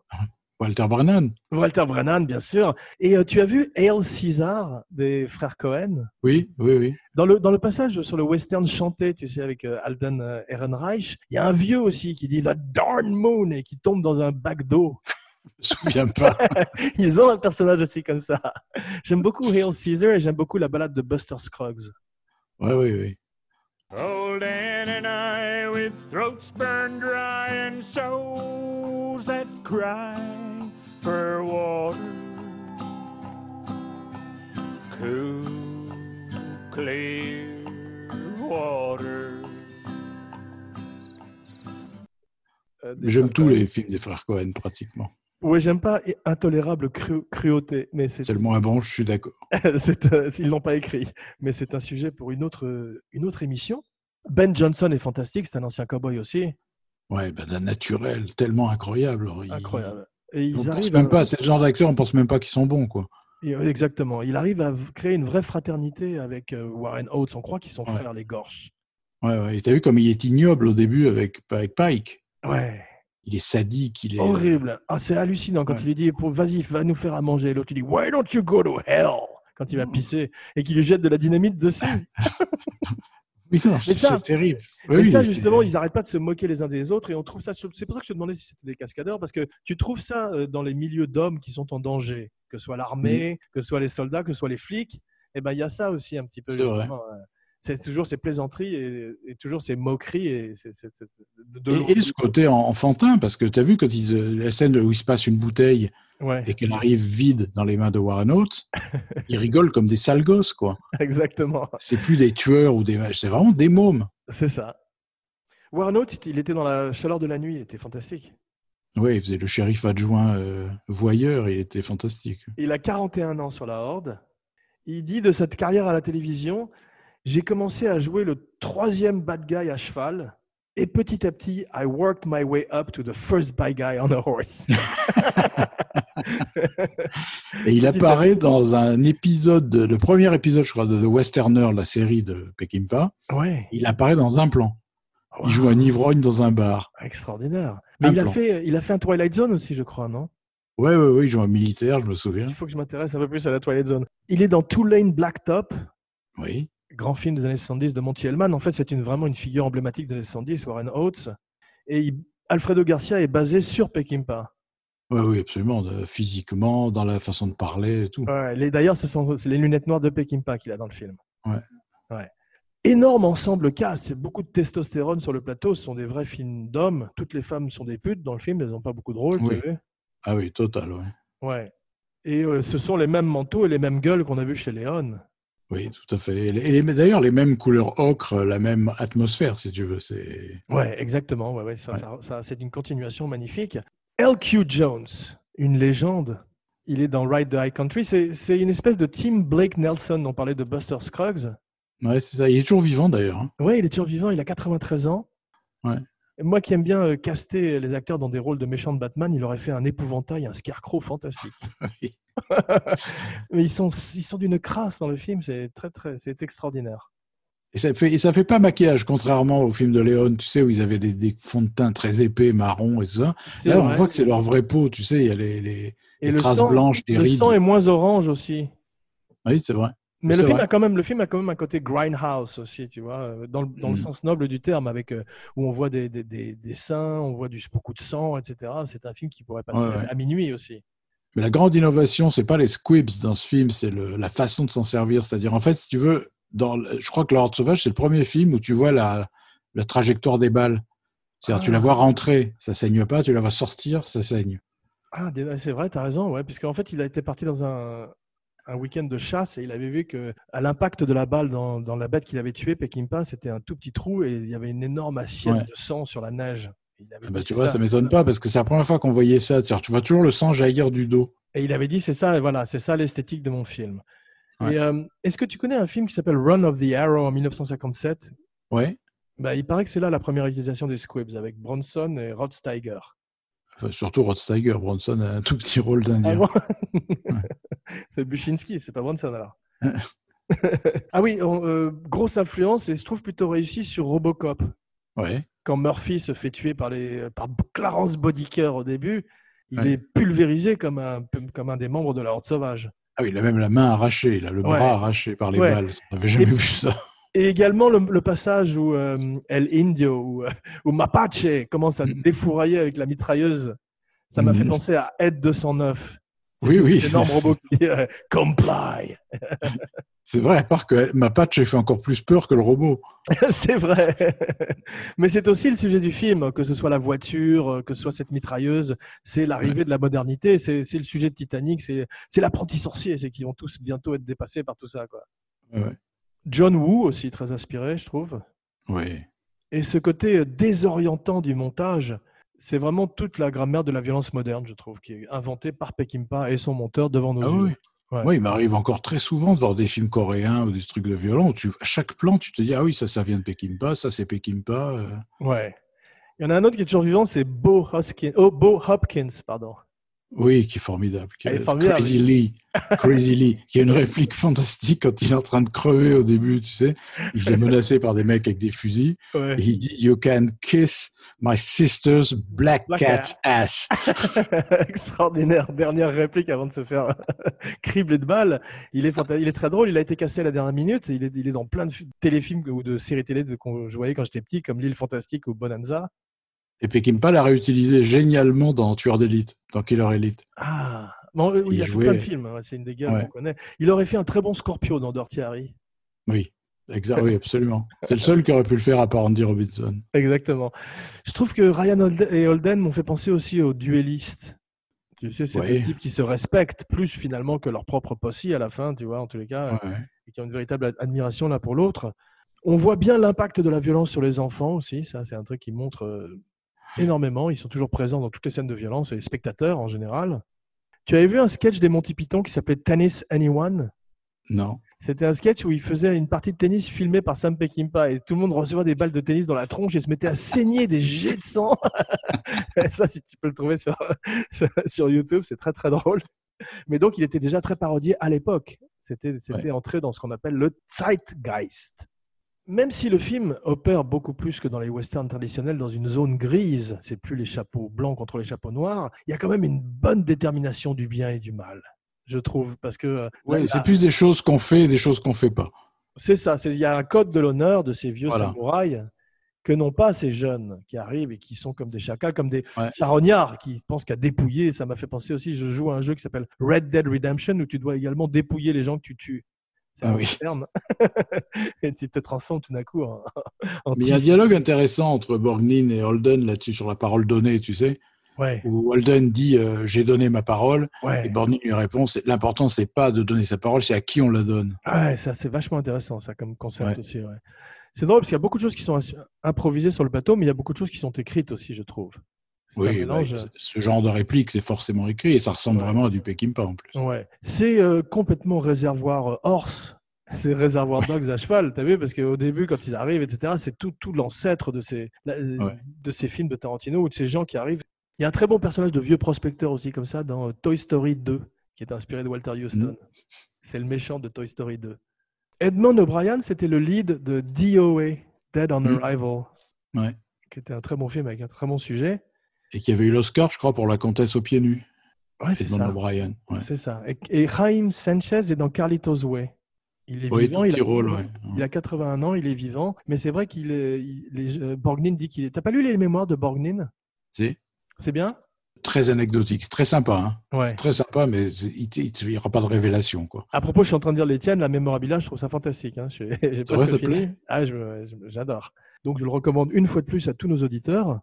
Speaker 1: Walter Brennan.
Speaker 2: Walter Brennan, bien sûr. Et euh, tu as vu Hail Caesar des frères Cohen
Speaker 1: Oui, oui, oui.
Speaker 2: dans le, dans le passage sur le western chanté, tu sais, avec euh, Alden euh, Ehrenreich, il y a un vieux aussi qui dit The Darn Moon et qui tombe dans un bac d'eau.
Speaker 1: Je me souviens pas.
Speaker 2: Ils ont un personnage aussi comme ça. J'aime beaucoup Hail Caesar et j'aime beaucoup la balade de Buster Scruggs.
Speaker 1: Oui, oui, oui.
Speaker 11: Old Ann and I with throats burned dry and souls that cry for water. Cool, clear water.
Speaker 2: Euh, des
Speaker 1: J'aime
Speaker 2: frères
Speaker 1: tous
Speaker 2: Coen.
Speaker 1: les films des frères Cohen, pratiquement.
Speaker 2: Ouais, j'aime pas et- Intolérable cru- cruauté, mais c'est
Speaker 1: C'est le moins bon, je suis d'accord.
Speaker 2: C'est, euh, ils l'ont pas écrit, mais c'est un sujet pour une autre, euh, une autre émission. Ben Johnson est fantastique, c'est un ancien cowboy aussi,
Speaker 1: Ouais, ben, d'un naturel tellement incroyable. Alors, il-
Speaker 2: incroyable. Et
Speaker 1: on
Speaker 2: ils
Speaker 1: pense
Speaker 2: arrivent euh,
Speaker 1: même
Speaker 2: à-
Speaker 1: pas, c'est le genre d'acteur, on pense même pas qu'ils sont bons, quoi.
Speaker 2: Et, euh, exactement, il arrive à v- créer une vraie fraternité avec euh, Warren Oates. On croit qu'ils sont
Speaker 1: Ouais.
Speaker 2: frères les Gorches.
Speaker 1: Ouais, ouais. Et t'as vu comme il est ignoble au début avec, avec Pike.
Speaker 2: Ouais,
Speaker 1: Il est sadique, il est.
Speaker 2: horrible. Ah, c'est hallucinant quand
Speaker 1: Ouais.
Speaker 2: il lui dit pour- "Vas-y, va nous faire à manger." Et L'autre il dit "Why don't you go to hell?" Quand
Speaker 1: Mm.
Speaker 2: il va pisser et qu'il lui jette de la dynamite dessus.
Speaker 1: Oui, non, c'est
Speaker 2: ça-
Speaker 1: c'est terrible.
Speaker 2: Et
Speaker 1: Oui,
Speaker 2: ça,
Speaker 1: oui,
Speaker 2: justement,
Speaker 1: c'est-
Speaker 2: ils n'arrêtent pas de se moquer les uns des autres. Et on trouve ça. C'est pour ça que je te demandais si c'était des cascadeurs, parce que tu trouves ça euh, dans les milieux d'hommes qui sont en danger, que ce soit l'armée, que ce soit les soldats, que ce soit les flics. Et ben, il y a ça aussi un petit peu.
Speaker 1: C'est vrai.
Speaker 2: justement, euh, C'est toujours ces plaisanteries et, et toujours ces moqueries et c'est- c'est- c'est- de, de
Speaker 1: Et, et ce côté en- enfantin, parce que tu as vu quand ils, euh, la scène où il se passe une bouteille
Speaker 2: Ouais,
Speaker 1: et qu'elle arrive vide dans les mains de Warren Oates, ils rigolent comme des sales gosses, quoi.
Speaker 2: exactement.
Speaker 1: C'est plus des tueurs ou des c'est vraiment des mômes.
Speaker 2: C'est ça. Warren Oates, il était dans la chaleur de la nuit, il était fantastique.
Speaker 1: Oui, il faisait le shérif adjoint euh, voyeur, il était fantastique.
Speaker 2: Il a 41 ans sur la Horde. Il dit de cette carrière à la télévision, j'ai commencé à jouer le troisième bad guy à cheval. Et petit à petit, I worked my way up to the first bad guy on a horse.
Speaker 1: Et il
Speaker 2: Petit à
Speaker 1: apparaît dans un épisode, de- le premier épisode, je crois, de The Westerner, la série de Peckinpah.
Speaker 2: ouais.
Speaker 1: Il apparaît dans un plan. Il joue un ivrogne dans un bar.
Speaker 2: Extraordinaire. Mais il a,
Speaker 1: plan.
Speaker 2: fait, il a fait un Twilight Zone aussi, je crois, non
Speaker 1: Ouais, ouais, ouais, il joue un militaire, je me souviens.
Speaker 2: Il faut que je m'intéresse un peu plus à la Twilight Zone. Il est dans Tulane Blacktop,
Speaker 1: Oui.
Speaker 2: grand film des années 70 de Monty Hellman. En fait, c'est une, vraiment une figure emblématique des années 70, Warren Oates. Et il- Alfredo Garcia est basé sur Peckinpah.
Speaker 1: Ouais, oui, absolument. de- physiquement, dans la façon de parler et tout.
Speaker 2: Ouais, les- D'ailleurs, ce sont les lunettes noires de Peckinpah qu'il a dans le film.
Speaker 1: Ouais.
Speaker 2: Ouais. Énorme ensemble cast, c'est beaucoup de testostérone sur le plateau. Ce sont des vrais films d'hommes. Toutes les femmes sont des putes dans le film, elles n'ont pas beaucoup de rôle.
Speaker 1: Oui. Ah oui, total, ouais.
Speaker 2: Ouais. Et euh, ce sont les mêmes manteaux et les mêmes gueules qu'on a vu chez Léon.
Speaker 1: Oui, tout à fait. Et les- et les- d'ailleurs, les mêmes couleurs ocre, la même atmosphère, si tu veux. C'est
Speaker 2: Ouais, exactement. Ouais, ouais, ça, ça- ça- c'est une continuation magnifique. LQ Jones, une légende. Il est dans Ride the High Country. C'est c'est une espèce de Tim Blake Nelson. On parlait de Buster Scruggs.
Speaker 1: Ouais, c'est ça. Il est toujours vivant, d'ailleurs. hein.
Speaker 2: Ouais, il est toujours vivant. Il a 93 ans.
Speaker 1: Ouais.
Speaker 2: Et moi qui aime bien euh, caster les acteurs dans des rôles de méchants de Batman, il aurait fait un épouvantail, un scarecrow fantastique.
Speaker 1: Ah
Speaker 2: Mais ils sont, ils sont d'une crasse dans le film. C'est très, très, c'est extraordinaire.
Speaker 1: Et ça fait, et ça fait pas maquillage, contrairement au film de Léon, tu sais, où ils avaient des, des fonds de teint très épais, marron et tout ça.
Speaker 2: C'est
Speaker 1: Là, on
Speaker 2: vrai.
Speaker 1: voit que c'est leur vraie peau, tu sais, il y a les, les- les
Speaker 2: le
Speaker 1: traces
Speaker 2: sang-
Speaker 1: blanches des
Speaker 2: le
Speaker 1: rides.
Speaker 2: sang est moins orange aussi.
Speaker 1: Oui, c'est vrai.
Speaker 2: Mais
Speaker 1: C'est
Speaker 2: le film,
Speaker 1: vrai.
Speaker 2: a quand même, le film a quand même un côté grindhouse aussi, tu vois, euh, dans le, dans le
Speaker 1: Mm.
Speaker 2: sens noble du terme, avec euh, où on voit des, des, des, des seins, on voit du, beaucoup de sang, etc. C'est un film qui pourrait passer
Speaker 1: Ouais, ouais.
Speaker 2: à minuit aussi.
Speaker 1: Mais la grande innovation, c'est pas les squibs dans ce film, c'est le- la façon de s'en servir. C'est-à-dire, en fait, si tu veux, dans le- je crois que L'Ordre Sauvage, c'est le premier film où tu vois la, la trajectoire des balles. C'est-à-dire, tu la vois rentrer, ça saigne pas, tu la vois sortir, ça saigne.
Speaker 2: Ah, des- c'est vrai, tu as raison, ouais, puisqu'en fait, il a été parti dans un, un week-end de chasse et il avait vu que à l'impact de la balle dans, dans la bête qu'il avait tuée, Peckinpah, c'était un tout petit trou et il y avait une énorme assiette
Speaker 1: Ouais.
Speaker 2: de sang sur la neige. Il avait
Speaker 1: Ah bah,
Speaker 2: dit,
Speaker 1: tu
Speaker 2: c'est
Speaker 1: vois,
Speaker 2: ça.
Speaker 1: ça m'étonne pas parce que c'est la première fois qu'on voyait ça. C'est-à-dire, tu vois toujours le sang jaillir du dos.
Speaker 2: Et il avait dit, c'est ça, et voilà, c'est ça l'esthétique de mon film.
Speaker 1: Ouais.
Speaker 2: Et, euh, Est-ce que tu connais un film qui s'appelle Run of the Arrow en 1957
Speaker 1: Ouais.
Speaker 2: Bah, il paraît que c'est là la première utilisation des squibs avec Bronson et Rod Steiger.
Speaker 1: Enfin, surtout Rod Steiger, Bronson a un tout petit rôle d'Indien.
Speaker 2: Ah bon c'est Buchinski, c'est pas Bronson alors. ah oui, on- euh, grosse influence et se trouve plutôt réussi sur Robocop.
Speaker 1: Ouais.
Speaker 2: Quand Murphy se fait tuer par, les, par Clarence Bodiker au début, il
Speaker 1: Ouais.
Speaker 2: est pulvérisé comme un, comme un des membres de la Horde Sauvage.
Speaker 1: Ah oui, il a même la main arrachée, il a le
Speaker 2: Ouais.
Speaker 1: bras arraché par les
Speaker 2: Ouais.
Speaker 1: balles. On n'avait jamais
Speaker 2: Et-
Speaker 1: vu ça.
Speaker 2: Et également le, le passage où euh, El Indio ou euh, ou Mapache commence à
Speaker 1: Mm.
Speaker 2: défourailler avec la mitrailleuse. Ça m'a
Speaker 1: Mhm.
Speaker 2: fait penser à Ed 209.
Speaker 1: Oui,
Speaker 2: C'est
Speaker 1: oui.
Speaker 2: Cet énorme robot qui dit, euh, comply.
Speaker 1: C'est vrai, à part que Mapache fait encore plus peur que le robot.
Speaker 2: c'est vrai. Mais c'est aussi le sujet du film, que ce soit la voiture, euh, que ce soit cette mitrailleuse. C'est l'arrivée de la modernité. C'est c'est le sujet de Titanic. C'est c'est l'apprenti sorcier. C'est qu'ils vont tous bientôt être dépassés par tout ça. Quoi.
Speaker 1: Ouais.
Speaker 2: John Woo aussi, très inspiré, je trouve.
Speaker 1: Oui.
Speaker 2: Et ce côté euh, désorientant du montage, c'est vraiment toute la grammaire de la violence moderne, je trouve, qui est inventée par Peckinpah et son monteur devant nos
Speaker 1: Ah
Speaker 2: yeux.
Speaker 1: oui.
Speaker 2: Ouais.
Speaker 1: Moi, il m'arrive encore très souvent de voir des films coréens ou des trucs de violence. Tu, à chaque plan, tu te dis Ah oui, ça, ça vient de Peckinpah, ça, c'est Peckinpah. euh.
Speaker 2: Ouais. Il y en a un autre qui est toujours vivant, c'est Bo, Hoskin- oh, Bo Hopkins. Pardon.
Speaker 1: Oui, qui est formidable. qui
Speaker 2: Elle est
Speaker 1: est-
Speaker 2: formidable.
Speaker 1: Crazy Lee. Crazy Lee. Qui a une réplique fantastique quand il est en train de crever au début, tu sais. Il est menacé par des mecs avec des fusils.
Speaker 2: Ouais.
Speaker 1: Et il dit You can kiss my sister's black,
Speaker 2: Black
Speaker 1: cat's ass.
Speaker 2: Extraordinaire. Dernière réplique avant de se faire cribler de balles. Il est, fanta- il est très drôle. Il a été cassé à la dernière minute. Il est, il est dans plein de fi- téléfilms ou de séries télé de- qu'on je voyais quand j'étais petit, comme L'île fantastique ou Bonanza.
Speaker 1: Et Peckinpah l'a réutilisé génialement dans Tueur d'élite, dans Killer Elite.
Speaker 2: Ah, bon, euh, oui, il,
Speaker 1: Il
Speaker 2: a fait
Speaker 1: jouait-
Speaker 2: plein de films. hein. C'est une des gueules
Speaker 1: Ouais.
Speaker 2: qu'on connaît. Il aurait fait un très bon Scorpio dans Dirty Harry.
Speaker 1: Oui, exa- oui, absolument. C'est le seul qui aurait pu le faire à part Andy Robinson.
Speaker 2: Exactement. Je trouve que Ryan Holden- et Holden m'ont fait penser aussi aux duellistes. Tu sais, c'est
Speaker 1: Ouais.
Speaker 2: des types qui se respectent plus finalement que leur propre possi à la fin, tu vois, en tous les cas,
Speaker 1: Ouais, ouais.
Speaker 2: et qui ont une véritable ad- admiration l'un pour l'autre. On voit bien l'impact de la violence sur les enfants aussi. Ça, c'est un truc qui montre euh, énormément. Ils sont toujours présents dans toutes les scènes de violence et les spectateurs en général. Tu avais vu un sketch des Monty Python qui s'appelait Tennis Anyone
Speaker 1: Non.
Speaker 2: c'était un sketch où il faisait une partie de tennis filmée par Sam Peckinpah et tout le monde recevait des balles de tennis dans la tronche et se mettait à saigner des jets de sang. Ça, si tu peux le trouver sur, sur YouTube, c'est très très drôle. Mais donc, il était déjà très parodié à l'époque. C'était c'était
Speaker 1: Ouais.
Speaker 2: entré dans ce qu'on appelle le Zeitgeist. Même si le film opère beaucoup plus que dans les westerns traditionnels dans une zone grise, c'est plus les chapeaux blancs contre les chapeaux noirs, il y a quand même une bonne détermination du bien et du mal, je trouve, parce que euh,
Speaker 1: Ouais,
Speaker 2: la-
Speaker 1: c'est plus des choses qu'on fait et des choses qu'on fait pas.
Speaker 2: c'est ça, c'est- il y a un code de l'honneur de ces vieux
Speaker 1: Voilà.
Speaker 2: samouraïs que n'ont pas ces jeunes qui arrivent et qui sont comme des chacals, comme des charognards qui pensent qu'à dépouiller. Ça m'a fait penser aussi, je joue à un jeu qui s'appelle Red Dead Redemption où tu dois également dépouiller les gens que tu tues. C'est
Speaker 1: Ah
Speaker 2: un
Speaker 1: oui.
Speaker 2: terme. et tu te transformes tout d'un coup en, en
Speaker 1: Mais il y a un
Speaker 2: tissu.
Speaker 1: dialogue intéressant entre Borgnine et Holden là-dessus sur la parole donnée, tu sais.
Speaker 2: Ouais.
Speaker 1: Où Holden dit euh, j'ai donné ma parole
Speaker 2: Ouais.
Speaker 1: et Borgnine lui répond c'est- l'important c'est pas de donner sa parole, c'est à qui on la donne.
Speaker 2: Ouais, ça c'est vachement intéressant ça comme concept
Speaker 1: Ouais.
Speaker 2: aussi. ouais. C'est drôle parce qu'il y a beaucoup de choses qui sont as- improvisées sur le plateau, mais il y a beaucoup de choses qui sont écrites aussi, je trouve. C'est un
Speaker 1: Oui, bah,
Speaker 2: mélange. euh,
Speaker 1: ce genre de réplique c'est forcément écrit et ça ressemble vraiment à du Peckinpah en plus.
Speaker 2: Ouais. C'est euh, complètement réservoir euh, horse. C'est réservoir dogs à cheval, t'as vu Parce qu'au début, quand ils arrivent, etc., c'est tout, tout l'ancêtre de ces, la- euh,
Speaker 1: Ouais.
Speaker 2: de ces films de Tarantino ou de ces gens qui arrivent. Il y a un très bon personnage de vieux prospecteur aussi, comme ça, dans euh, Toy Story 2, qui est inspiré de
Speaker 1: Mm.
Speaker 2: Walter Houston. C'est le méchant de Toy Story 2. Edmond O'Brien, c'était le lead de DOA, Dead on
Speaker 1: Mm.
Speaker 2: Arrival,
Speaker 1: Ouais.
Speaker 2: qui était un très bon film avec un très bon sujet.
Speaker 1: Et qui avait eu l'Oscar je crois pour la comtesse aux pieds nus.
Speaker 2: Ouais, c'est
Speaker 1: Edmond
Speaker 2: ça.
Speaker 1: O'Brien. ouais.
Speaker 2: C'est ça. Et, et Jaime Sanchez est dans Carlitos Way. Il est
Speaker 1: Oui,
Speaker 2: vivant,
Speaker 1: tout
Speaker 2: il a,
Speaker 1: petit rôle, ouais.
Speaker 2: il a 81 ans, il est vivant, mais c'est vrai qu'il est. il- les- euh, Borgnine dit qu'il est. T'as pas lu les mémoires de Borgnine
Speaker 1: Si.
Speaker 2: C'est bien
Speaker 1: Très anecdotique, c'est très sympa. hein.
Speaker 2: Ouais.
Speaker 1: C'est très sympa, mais c'est- il il n'y aura pas de révélation. Quoi.
Speaker 2: À propos, je suis en train de dire les tiennes, la mémorabilia, je trouve ça fantastique. Hein. Je-
Speaker 1: vrai,
Speaker 2: J'ai presque
Speaker 1: ça te
Speaker 2: fini.
Speaker 1: plaît
Speaker 2: Ah, je- je- j'adore. Donc, je le recommande une fois de plus à tous nos auditeurs.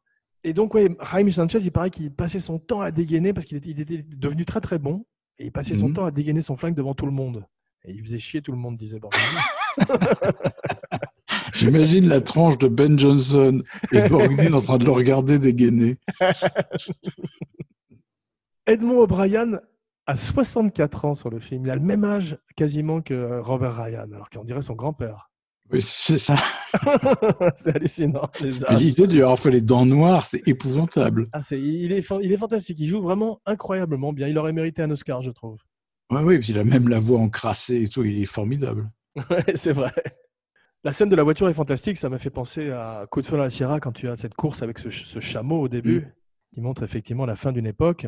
Speaker 2: Et donc, ouais, Jaime Sanchez, il paraît qu'il passait son temps à dégainer parce qu'il était, il était devenu très très bon. Et il passait son
Speaker 1: Mhm.
Speaker 2: temps à dégainer son flingue devant tout le monde. Et il faisait chier tout le monde, disait Borgnine.
Speaker 1: J'imagine la tranche de Ben Johnson et Borgnine en train de le regarder dégainer.
Speaker 2: Edmond O'Brien a 64 ans sur le film. Il a le même âge quasiment que euh, Robert Ryan, alors qu'on dirait son grand-père.
Speaker 1: Oui, c'est ça.
Speaker 2: c'est hallucinant, les
Speaker 1: Mais
Speaker 2: âges.
Speaker 1: L'idée de lui avoir fait les dents noires, c'est épouvantable.
Speaker 2: Ah, c'est- il, est, fan- il est fantastique. Il joue vraiment incroyablement bien. Il aurait mérité un Oscar, je trouve.
Speaker 1: Oui, oui, puis il a même la voix encrassée et tout, il est formidable.
Speaker 2: Ouais, c'est vrai. La scène de la voiture est fantastique. Ça m'a fait penser à Coup de feu dans la Sierra quand tu as cette course avec ce, ch- ce chameau au début, qui montre effectivement la fin d'une époque.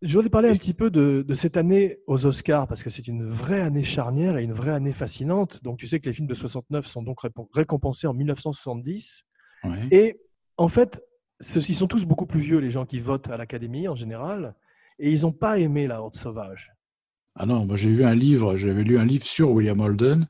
Speaker 2: Je voudrais parler un petit peu de, de cette année aux Oscars, parce que c'est une vraie année charnière et une vraie année fascinante. Donc tu sais que les films de 69 sont donc répo- récompensés en 1970.
Speaker 1: Ouais.
Speaker 2: Et en fait, ce- ils sont tous beaucoup plus vieux, les gens qui votent à l'Académie en général, et ils n'ont pas aimé La Horde Sauvage.
Speaker 1: Ah non, moi j'ai vu un livre, j'avais lu un livre sur William Holden,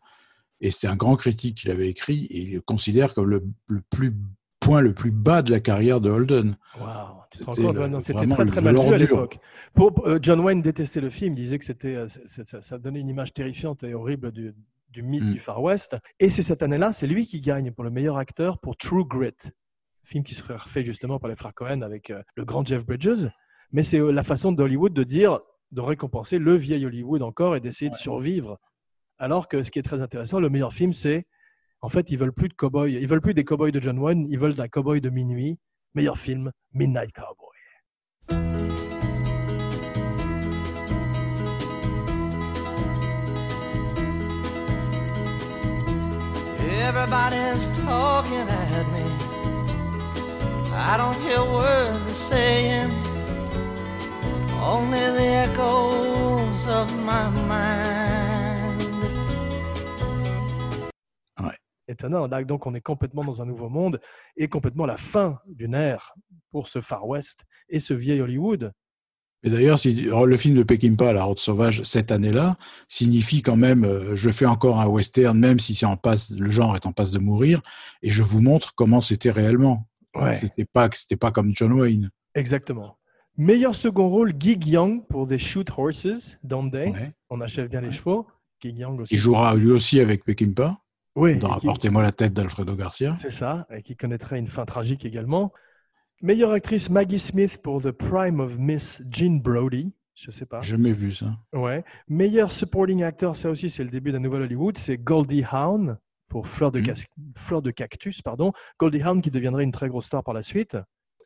Speaker 1: et c'était un grand critique qu'il avait écrit, et il le considère comme le, le plus point le plus bas de la carrière de Holden.
Speaker 2: Waouh, tu te rends
Speaker 1: C'était
Speaker 2: compte
Speaker 1: le-
Speaker 2: ouais, non, C'était
Speaker 1: vraiment
Speaker 2: très très
Speaker 1: le-
Speaker 2: mal vu à
Speaker 1: l'ordure.
Speaker 2: l'époque. Pour- pour- euh, John Wayne détestait le film, il disait que c'était, euh, c'est- c'est- ça, ça donnait une image terrifiante et horrible du, du mythe
Speaker 1: Mm.
Speaker 2: du Far West. Et c'est cette année-là, c'est lui qui gagne pour le meilleur acteur pour True Grit, film qui serait refait justement par les frères Cohen avec euh, le grand Jeff Bridges. Mais c'est euh, la façon d'Hollywood de dire, de récompenser le vieil Hollywood encore et d'essayer de survivre. Alors que ce qui est très intéressant, le meilleur film, c'est en fait, ils veulent plus de cowboys, ils veulent plus des cowboys de John Wayne, ils veulent d'un cowboy de minuit. Meilleur film, Midnight Cowboy.
Speaker 12: Everybody's talking at me. I don't hear words they're saying, only the echoes of my mind.
Speaker 2: Étonnant. Là, donc, on est complètement dans un nouveau monde et complètement la fin d'une ère pour ce Far West et ce vieil Hollywood.
Speaker 1: Et d'ailleurs, si, oh, le film de Peckinpah, La Horde Sauvage, cette année-là, signifie quand même, euh, je fais encore un western, même si c'est en passe, le genre est en passe de mourir, et je vous montre comment c'était réellement.
Speaker 2: Ouais.
Speaker 1: C'était pas, c'était pas comme John Wayne.
Speaker 2: Exactement. Meilleur second rôle, Gig Young pour des Shoot Horses, Dante. On achève bien les chevaux. Gig Young aussi.
Speaker 1: Il jouera lui aussi avec Peckinpah.
Speaker 2: Oui,
Speaker 1: Dans
Speaker 2: et qui-
Speaker 1: Rapportez-moi la tête d'Alfredo Garcia.
Speaker 2: C'est ça, et qui connaîtrait une fin tragique également. Meilleure actrice, Maggie Smith pour The Prime of Miss Jean Brody. Je sais pas.
Speaker 1: Jamais vu ça.
Speaker 2: Ouais. Meilleur supporting actor, ça aussi, c'est le début d'un nouvel Hollywood. C'est Goldie Hawn pour Fleur de, Cas- Fleur de Cactus, pardon. Goldie Hawn qui deviendrait une très grosse star par la suite.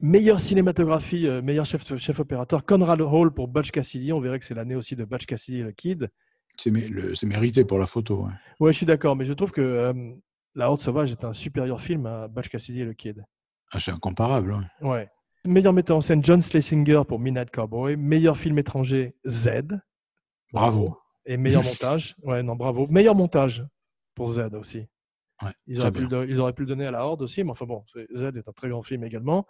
Speaker 2: Meilleure cinématographie, euh, meilleur chef, chef opérateur, Conrad Hall pour Butch Cassidy. On verrait que c'est l'année aussi de Butch Cassidy et le Kid.
Speaker 1: C'est mé- le- c'est mérité pour la photo. ouais.
Speaker 2: Ouais, je suis d'accord, mais je trouve que euh, La Horde Sauvage est un supérieur film à Butch Cassidy et le Kid.
Speaker 1: Ah, c'est incomparable. ouais.
Speaker 2: Ouais. Meilleur metteur en scène, John Schlesinger pour Midnight Cowboy. Meilleur film étranger, Z.
Speaker 1: Bravo.
Speaker 2: Et meilleur montage. Ouais, non, bravo. Meilleur montage pour Z aussi.
Speaker 1: Ouais,
Speaker 2: Ils
Speaker 1: très
Speaker 2: auraient, pu
Speaker 1: bien.
Speaker 2: le, ils auraient pu le donner à la Horde aussi, mais enfin bon, c'est- Z est un très grand film également.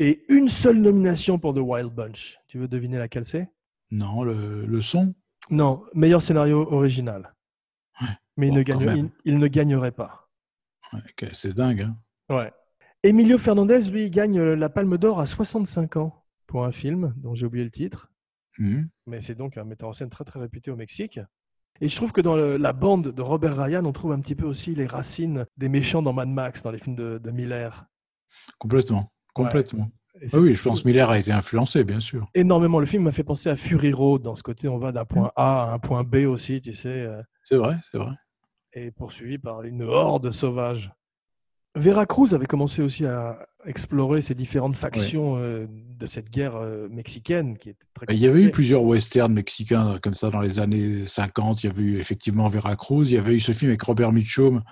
Speaker 2: Et une seule nomination pour The Wild Bunch. Tu veux deviner laquelle c'est
Speaker 1: Non, le, le son
Speaker 2: Non, meilleur scénario original. Mais il,
Speaker 1: bon,
Speaker 2: ne
Speaker 1: quand
Speaker 2: gagne-
Speaker 1: même.
Speaker 2: il- il ne gagnerait pas.
Speaker 1: Ouais, ok, C'est dingue. hein.
Speaker 2: Ouais. Emilio Fernandez, lui, il gagne euh, la Palme d'Or à 65 ans pour un film dont j'ai oublié le titre.
Speaker 1: Mhm.
Speaker 2: mais c'est donc un metteur en scène très très réputé au Mexique. Et je trouve que dans le- la bande de Robert Ryan, on trouve un petit peu aussi les racines des méchants dans Mad Max, dans les films de, de Miller.
Speaker 1: Complètement. Complètement.
Speaker 2: Et c'est-
Speaker 1: Ah oui, je pense Miller a été influencé, bien sûr.
Speaker 2: Énormément, le film m'a fait penser à Fury Road. Dans ce côté, on va d'un point A à un point B aussi, tu sais, euh,
Speaker 1: C'est vrai, c'est vrai.
Speaker 2: et poursuivi par une horde sauvage. Vera Cruz avait commencé aussi à explorer ces différentes factions euh, de cette guerre euh, mexicaine qui était très
Speaker 1: Il y avait eu
Speaker 2: compliquée.
Speaker 1: plusieurs westerns mexicains euh, comme ça dans les années 50. Il y avait eu effectivement Veracruz. Il y avait eu ce film avec Robert Mitchum,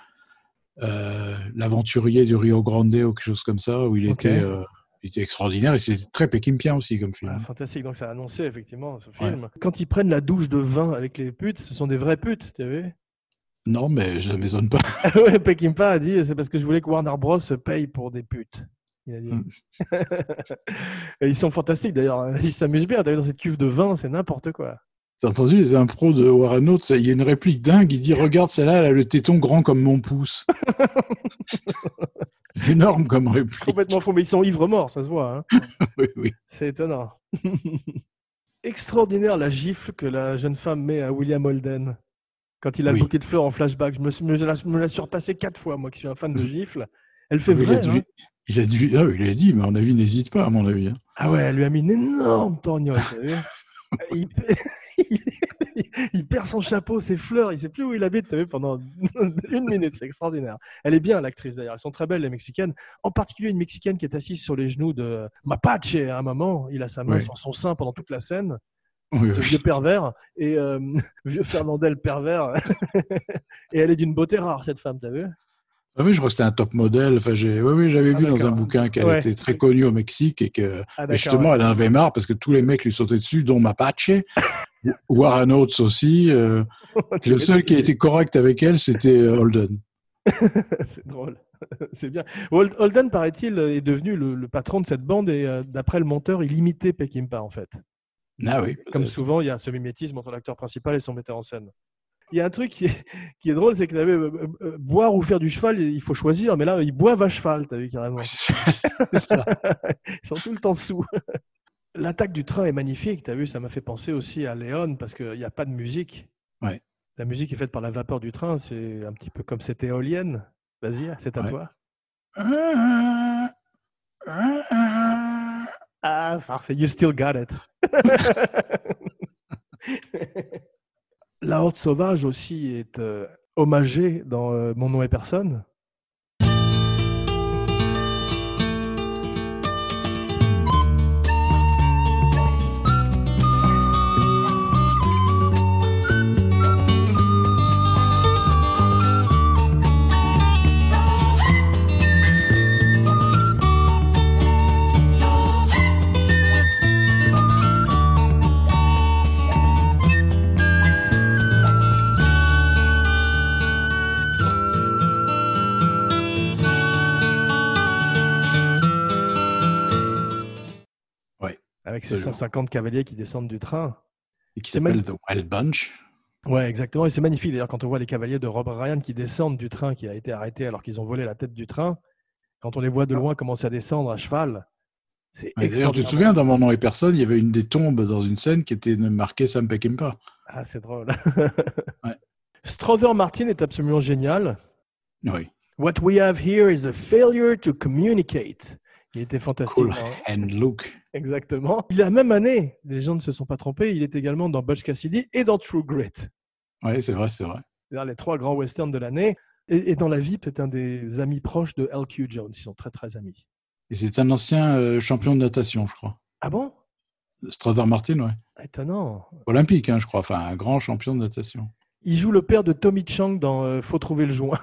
Speaker 1: euh, l'aventurier du Rio Grande ou quelque chose comme ça, où il,
Speaker 2: Ok.
Speaker 1: était, euh, il était extraordinaire et c'était très péquimpien aussi comme film.
Speaker 2: Ah, fantastique, donc ça a annoncé effectivement ce film. Quand ils prennent la douche de vin avec les putes, ce sont des vraies putes, tu as vu
Speaker 1: Non, mais je ne m'étonne pas.
Speaker 2: Ouais, Peckinpah a dit c'est parce que je voulais que Warner Bros se paye pour des putes. Il a dit.
Speaker 1: Hmm.
Speaker 2: Et ils sont fantastiques d'ailleurs, hein. ils s'amusent bien. D'ailleurs, dans cette cuve de vin, c'est n'importe quoi.
Speaker 1: T'as entendu les impros de Warren Oates Il y a une réplique dingue. Il dit Regarde celle-là, elle a le téton grand comme mon pouce. C'est énorme comme réplique.
Speaker 2: Complètement faux, mais ils sont ivres morts, ça se voit. hein.
Speaker 1: Oui, oui.
Speaker 2: C'est étonnant. Extraordinaire la gifle que la jeune femme met à William Holden quand il a
Speaker 1: Oui.
Speaker 2: le bouquet de fleurs en flashback. Je me, suis- me la, me la surpassée quatre fois, moi qui suis un fan de gifle. Elle fait
Speaker 1: Hmm. Oui,
Speaker 2: vrai.
Speaker 1: il, a
Speaker 2: hein.
Speaker 1: dû- il a dû- ah, il a dit, mais à mon avis, n'hésite pas, à mon avis. hein.
Speaker 2: Ah ouais, elle lui a mis une énorme torgnole. t'as vu il, il perd son chapeau, ses fleurs, il sait plus où il habite, t'as vu, pendant une minute, c'est extraordinaire. Elle est bien, l'actrice d'ailleurs, elles sont très belles, les Mexicaines, en particulier une Mexicaine qui est assise sur les genoux de Mapache à un moment, il a sa main
Speaker 1: Oui.
Speaker 2: sur son sein pendant toute la scène,
Speaker 1: Oui,
Speaker 2: le
Speaker 1: oui.
Speaker 2: vieux pervers, et euh, vieux Fernandel pervers, et elle est d'une beauté rare, cette femme, t'as vu
Speaker 1: Ah oui, je crois que c'était un top modèle. Enfin, j'ai, oui, oui, j'avais
Speaker 2: Ah,
Speaker 1: vu dans un
Speaker 2: d'accord.
Speaker 1: bouquin qu'elle
Speaker 2: Ouais.
Speaker 1: était très connue au Mexique et que
Speaker 2: Ah,
Speaker 1: et
Speaker 2: d'accord,
Speaker 1: justement,
Speaker 2: ouais.
Speaker 1: elle en avait marre parce que tous les mecs lui sautaient dessus, dont Mapache, Warren Oates aussi. euh, le seul qui a été correct avec elle, c'était euh, Holden.
Speaker 2: C'est drôle. C'est bien. Hol- Holden, paraît-il, est devenu le, le patron de cette bande et euh, d'après le monteur, il imitait Peckinpah en fait.
Speaker 1: Ah oui.
Speaker 2: Comme souvent, il y a ce mimétisme entre l'acteur principal et son metteur en scène. Il y a un truc qui est, qui est drôle, c'est que t'avais, euh, euh, euh, boire ou faire du cheval, il faut choisir, mais là, ils boivent à cheval, t'as vu carrément. ils sont tout le temps sous. L'attaque du train est magnifique, t'as vu, ça m'a fait penser aussi à Léon, parce qu'il n'y a pas de musique.
Speaker 1: Ouais.
Speaker 2: La musique est faite par la vapeur du train, c'est un petit peu comme cette éolienne. Vas-y, c'est à
Speaker 1: Ouais.
Speaker 2: toi. Ah, parfait. You still got it. La Horde Sauvage aussi est euh, hommagée dans euh, Mon nom et personne.
Speaker 1: Ouais.
Speaker 2: Avec ces
Speaker 1: Absolument.
Speaker 2: 150 cavaliers qui descendent du train.
Speaker 1: Et qui
Speaker 2: C'est
Speaker 1: s'appelle
Speaker 2: mal-
Speaker 1: The Wild Bunch.
Speaker 2: Ouais, exactement. Et c'est magnifique d'ailleurs quand on voit les cavaliers de Robert Ryan qui descendent du train qui a été arrêté alors qu'ils ont volé la tête du train. Quand on les voit de loin commencer à descendre à cheval, c'est
Speaker 1: Et D'ailleurs, tu te
Speaker 2: extraordinaire.
Speaker 1: souviens, dans Mon nom et personne, il y avait une des tombes dans une scène qui était marquée Sam Peckinpah.
Speaker 2: Ah, c'est drôle. Strother Martin est absolument génial.
Speaker 1: Oui.
Speaker 2: What we have here is a failure to communicate. Il était fantastique.
Speaker 1: Cool.
Speaker 2: hein.
Speaker 1: And look.
Speaker 2: Exactement. Il est la même année. Les gens ne se sont pas trompés. Il est également dans Butch Cassidy et dans True Grit.
Speaker 1: Oui, c'est vrai, c'est vrai.
Speaker 2: C'est-à-dire les trois grands westerns de l'année. Et, et dans la vie, c'est un des amis proches de LQ Jones. Ils sont très, très amis.
Speaker 1: Et c'est un ancien euh, champion de natation, je crois.
Speaker 2: Ah bon
Speaker 1: Strother Martin, oui.
Speaker 2: Étonnant.
Speaker 1: Olympique, hein, je crois. Enfin, un grand champion de natation.
Speaker 2: Il joue le père de Tommy Chang dans euh, Faut trouver le joint.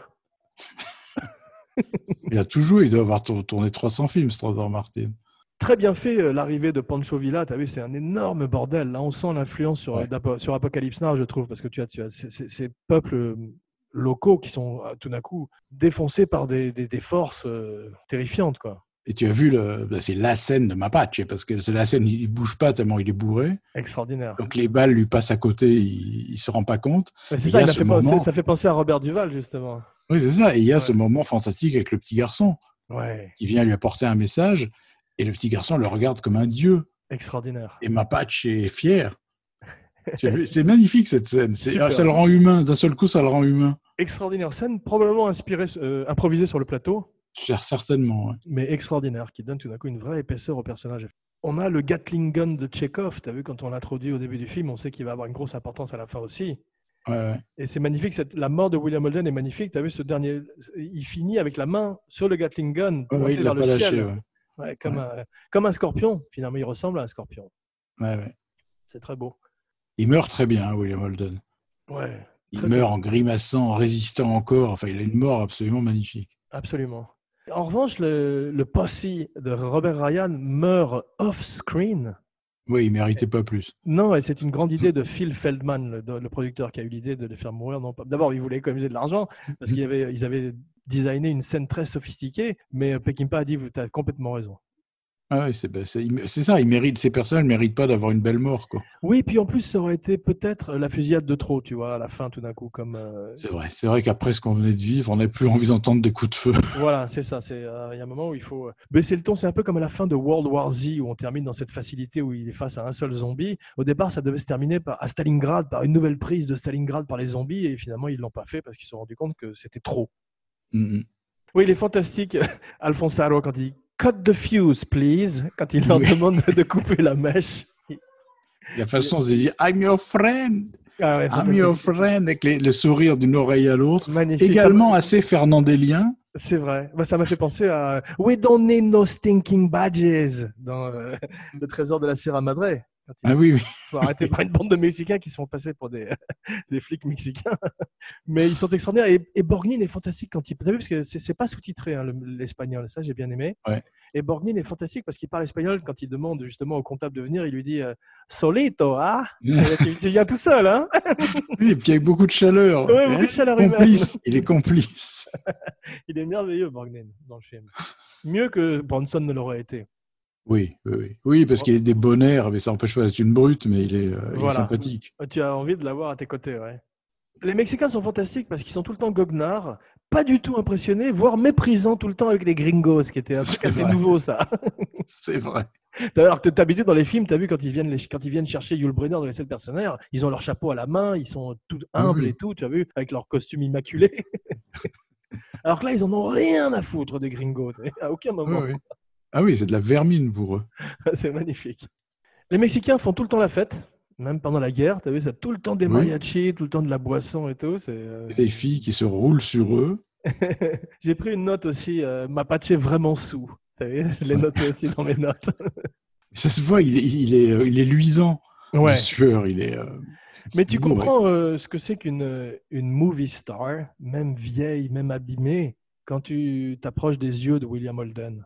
Speaker 1: Il a tout joué, il doit avoir tour- tourné 300 films, Strother Martin.
Speaker 2: Très bien fait euh, l'arrivée de Pancho Villa. T'as vu, c'est un énorme bordel. Là, on sent l'influence sur, d'Apo- sur Apocalypse Now, je trouve, parce que tu as, tu as ces, ces- ces peuples euh, locaux qui sont euh, tout d'un coup défoncés par des, des- des forces euh, terrifiantes. Quoi.
Speaker 1: Et tu as vu, le, bah, c'est la scène de Mapache, parce que c'est la scène, il bouge pas tellement il est bourré.
Speaker 2: Extraordinaire.
Speaker 1: Donc les balles lui passent à côté, il, il se rend pas compte.
Speaker 2: Mais
Speaker 1: Et
Speaker 2: c'est
Speaker 1: il y
Speaker 2: ça,
Speaker 1: a
Speaker 2: il a
Speaker 1: ce
Speaker 2: fait penser-
Speaker 1: moment-
Speaker 2: ça fait penser à Robert Duval, justement.
Speaker 1: Oui, c'est ça. Et il y a ce moment fantastique avec le petit garçon.
Speaker 2: Ouais,
Speaker 1: Il vient lui apporter un message, et le petit garçon le regarde comme un dieu.
Speaker 2: extraordinaire.
Speaker 1: Et Mapache est fier. Tu as vu c'est magnifique cette scène. C'est-
Speaker 2: Super.
Speaker 1: ah, ça le rend humain. D'un seul coup, ça le rend humain.
Speaker 2: Extraordinaire scène, probablement inspirée, euh, improvisée sur le plateau,
Speaker 1: Cer- Certainement. ouais.
Speaker 2: mais extraordinaire, qui donne tout d'un coup une vraie épaisseur au personnage. On a le Gatling Gun de Chekhov, tu as vu, quand on l'introduit au début du film, on sait qu'il va avoir une grosse importance à la fin aussi.
Speaker 1: Ouais, ouais.
Speaker 2: Et c'est magnifique, cette- la mort de William Holden est magnifique, tu as vu ce dernier, il finit avec la main sur le Gatling Gun,
Speaker 1: Ouais, ouais,
Speaker 2: pointée
Speaker 1: il l'a
Speaker 2: vers le
Speaker 1: pas lâché.
Speaker 2: ciel.
Speaker 1: ouais.
Speaker 2: Ouais, comme, Un, comme un scorpion, finalement, il ressemble à un scorpion.
Speaker 1: Ouais, ouais.
Speaker 2: C'est très beau.
Speaker 1: Il meurt très bien, hein, William Holden.
Speaker 2: Ouais,
Speaker 1: Il
Speaker 2: Très
Speaker 1: meurt en grimaçant, en résistant encore. Enfin, il a une mort absolument magnifique.
Speaker 2: Absolument. En revanche, le, le posse de Robert Ryan meurt off-screen.
Speaker 1: Oui, il méritait pas plus.
Speaker 2: Non, et c'est une grande idée de Phil Feldman, le, de- le producteur qui a eu l'idée de les faire mourir. non pas- D'abord, il voulait économiser de l'argent parce qu'ils avaient, ils avaient designé une scène très sophistiquée, mais Peckinpah a dit, tu as complètement raison.
Speaker 1: Ah ouais, c'est ben, c'est- il- c'est ça. Il mérite, ces personnes ne méritent pas d'avoir une belle mort. quoi.
Speaker 2: Oui, puis en plus, ça aurait été peut-être la fusillade de trop, tu vois, à la fin tout d'un coup, comme... euh,
Speaker 1: C'est vrai. C'est vrai qu'après ce qu'on venait de vivre, on n'a plus envie d'entendre des coups de feu.
Speaker 2: Voilà, c'est ça. C'est euh, il y a un moment où il faut euh, baisser le ton. C'est un peu comme à la fin de World War Z où on termine dans cette facilité où il est face à un seul zombie. Au départ, ça devait se terminer par, à Stalingrad par une nouvelle prise de Stalingrad par les zombies et finalement ils l'ont pas fait parce qu'ils se sont rendus compte que c'était trop.
Speaker 1: Mhm.
Speaker 2: Oui, il est fantastique, Alphonse Arlo, quand il dit cut the fuse, please, quand il leur
Speaker 1: Oui.
Speaker 2: demande de couper la mèche.
Speaker 1: La façon de dire I'm your friend.
Speaker 2: Ah ouais,
Speaker 1: I'm your
Speaker 2: fantastique.
Speaker 1: friend. Avec les- le sourire d'une oreille à l'autre.
Speaker 2: Magnifique.
Speaker 1: Également assez fernandélien.
Speaker 2: C'est vrai. Bah, ça m'a fait penser à We don't need no stinking badges dans euh, le trésor de la Sierra Madre. Quand ils
Speaker 1: Ah oui, oui.
Speaker 2: sont arrêtés par une bande de Mexicains qui se font passer pour des, des flics mexicains. Mais ils sont extraordinaires. Et, et Borgnine est fantastique quand il. T'as vu, parce que c'est c'est pas sous-titré hein, le- l'espagnol, ça j'ai bien aimé.
Speaker 1: Ouais.
Speaker 2: Et Borgnine est fantastique parce qu'il parle espagnol quand il demande justement au comptable de venir, il lui dit euh, Solito, ah
Speaker 1: Mm.
Speaker 2: Tu tu viens tout seul, hein
Speaker 1: Oui, et puis avec beaucoup de chaleur. hein.
Speaker 2: Ouais, beaucoup de chaleur humaine.
Speaker 1: Complice. Il est complice.
Speaker 2: Il est merveilleux, Borgnine, dans le film. Mieux que Bronson ne l'aurait été.
Speaker 1: Oui, oui, oui. Oui, parce qu'il est des bonheurs, mais ça n'empêche pas d'être une brute, mais il est, euh, il est
Speaker 2: Voilà.
Speaker 1: sympathique.
Speaker 2: Tu as envie de l'avoir à tes côtés, ouais. Les Mexicains sont fantastiques parce qu'ils sont tout le temps goguenards, pas du tout impressionnés, voire méprisants tout le temps avec les gringos, ce qui était un truc
Speaker 1: C'est
Speaker 2: assez
Speaker 1: vrai.
Speaker 2: nouveau, ça.
Speaker 1: C'est vrai.
Speaker 2: Alors que d'habitude, dans les films, tu as vu quand ils viennent, les- quand ils viennent chercher Yul Brynner dans les sept personnages, ils ont leur chapeau à la main, ils sont tout humbles
Speaker 1: Oui.
Speaker 2: et tout, tu as vu, avec leur costume immaculé. Alors que là, ils en ont rien à foutre des gringos, à aucun moment.
Speaker 1: Oui, oui. Ah oui, c'est de la vermine pour eux.
Speaker 2: C'est magnifique. Les Mexicains font tout le temps la fête, même pendant la guerre. Tu as vu, ça tout le temps des
Speaker 1: Oui.
Speaker 2: mariachis, tout le temps de la boisson et tout. c'est, euh,
Speaker 1: Des filles qui se roulent sur eux.
Speaker 2: J'ai pris une note aussi, euh, Mapache vraiment sous. T'as vu, Je l'ai noté aussi dans mes notes.
Speaker 1: Ça se voit, il est, il est, euh, il est luisant.
Speaker 2: Ouais.
Speaker 1: De sueur, il est. euh,
Speaker 2: Mais tu
Speaker 1: bourré.
Speaker 2: comprends euh, ce que c'est qu'une euh, une movie star, même vieille, même abîmée, quand tu t'approches des yeux de William Holden.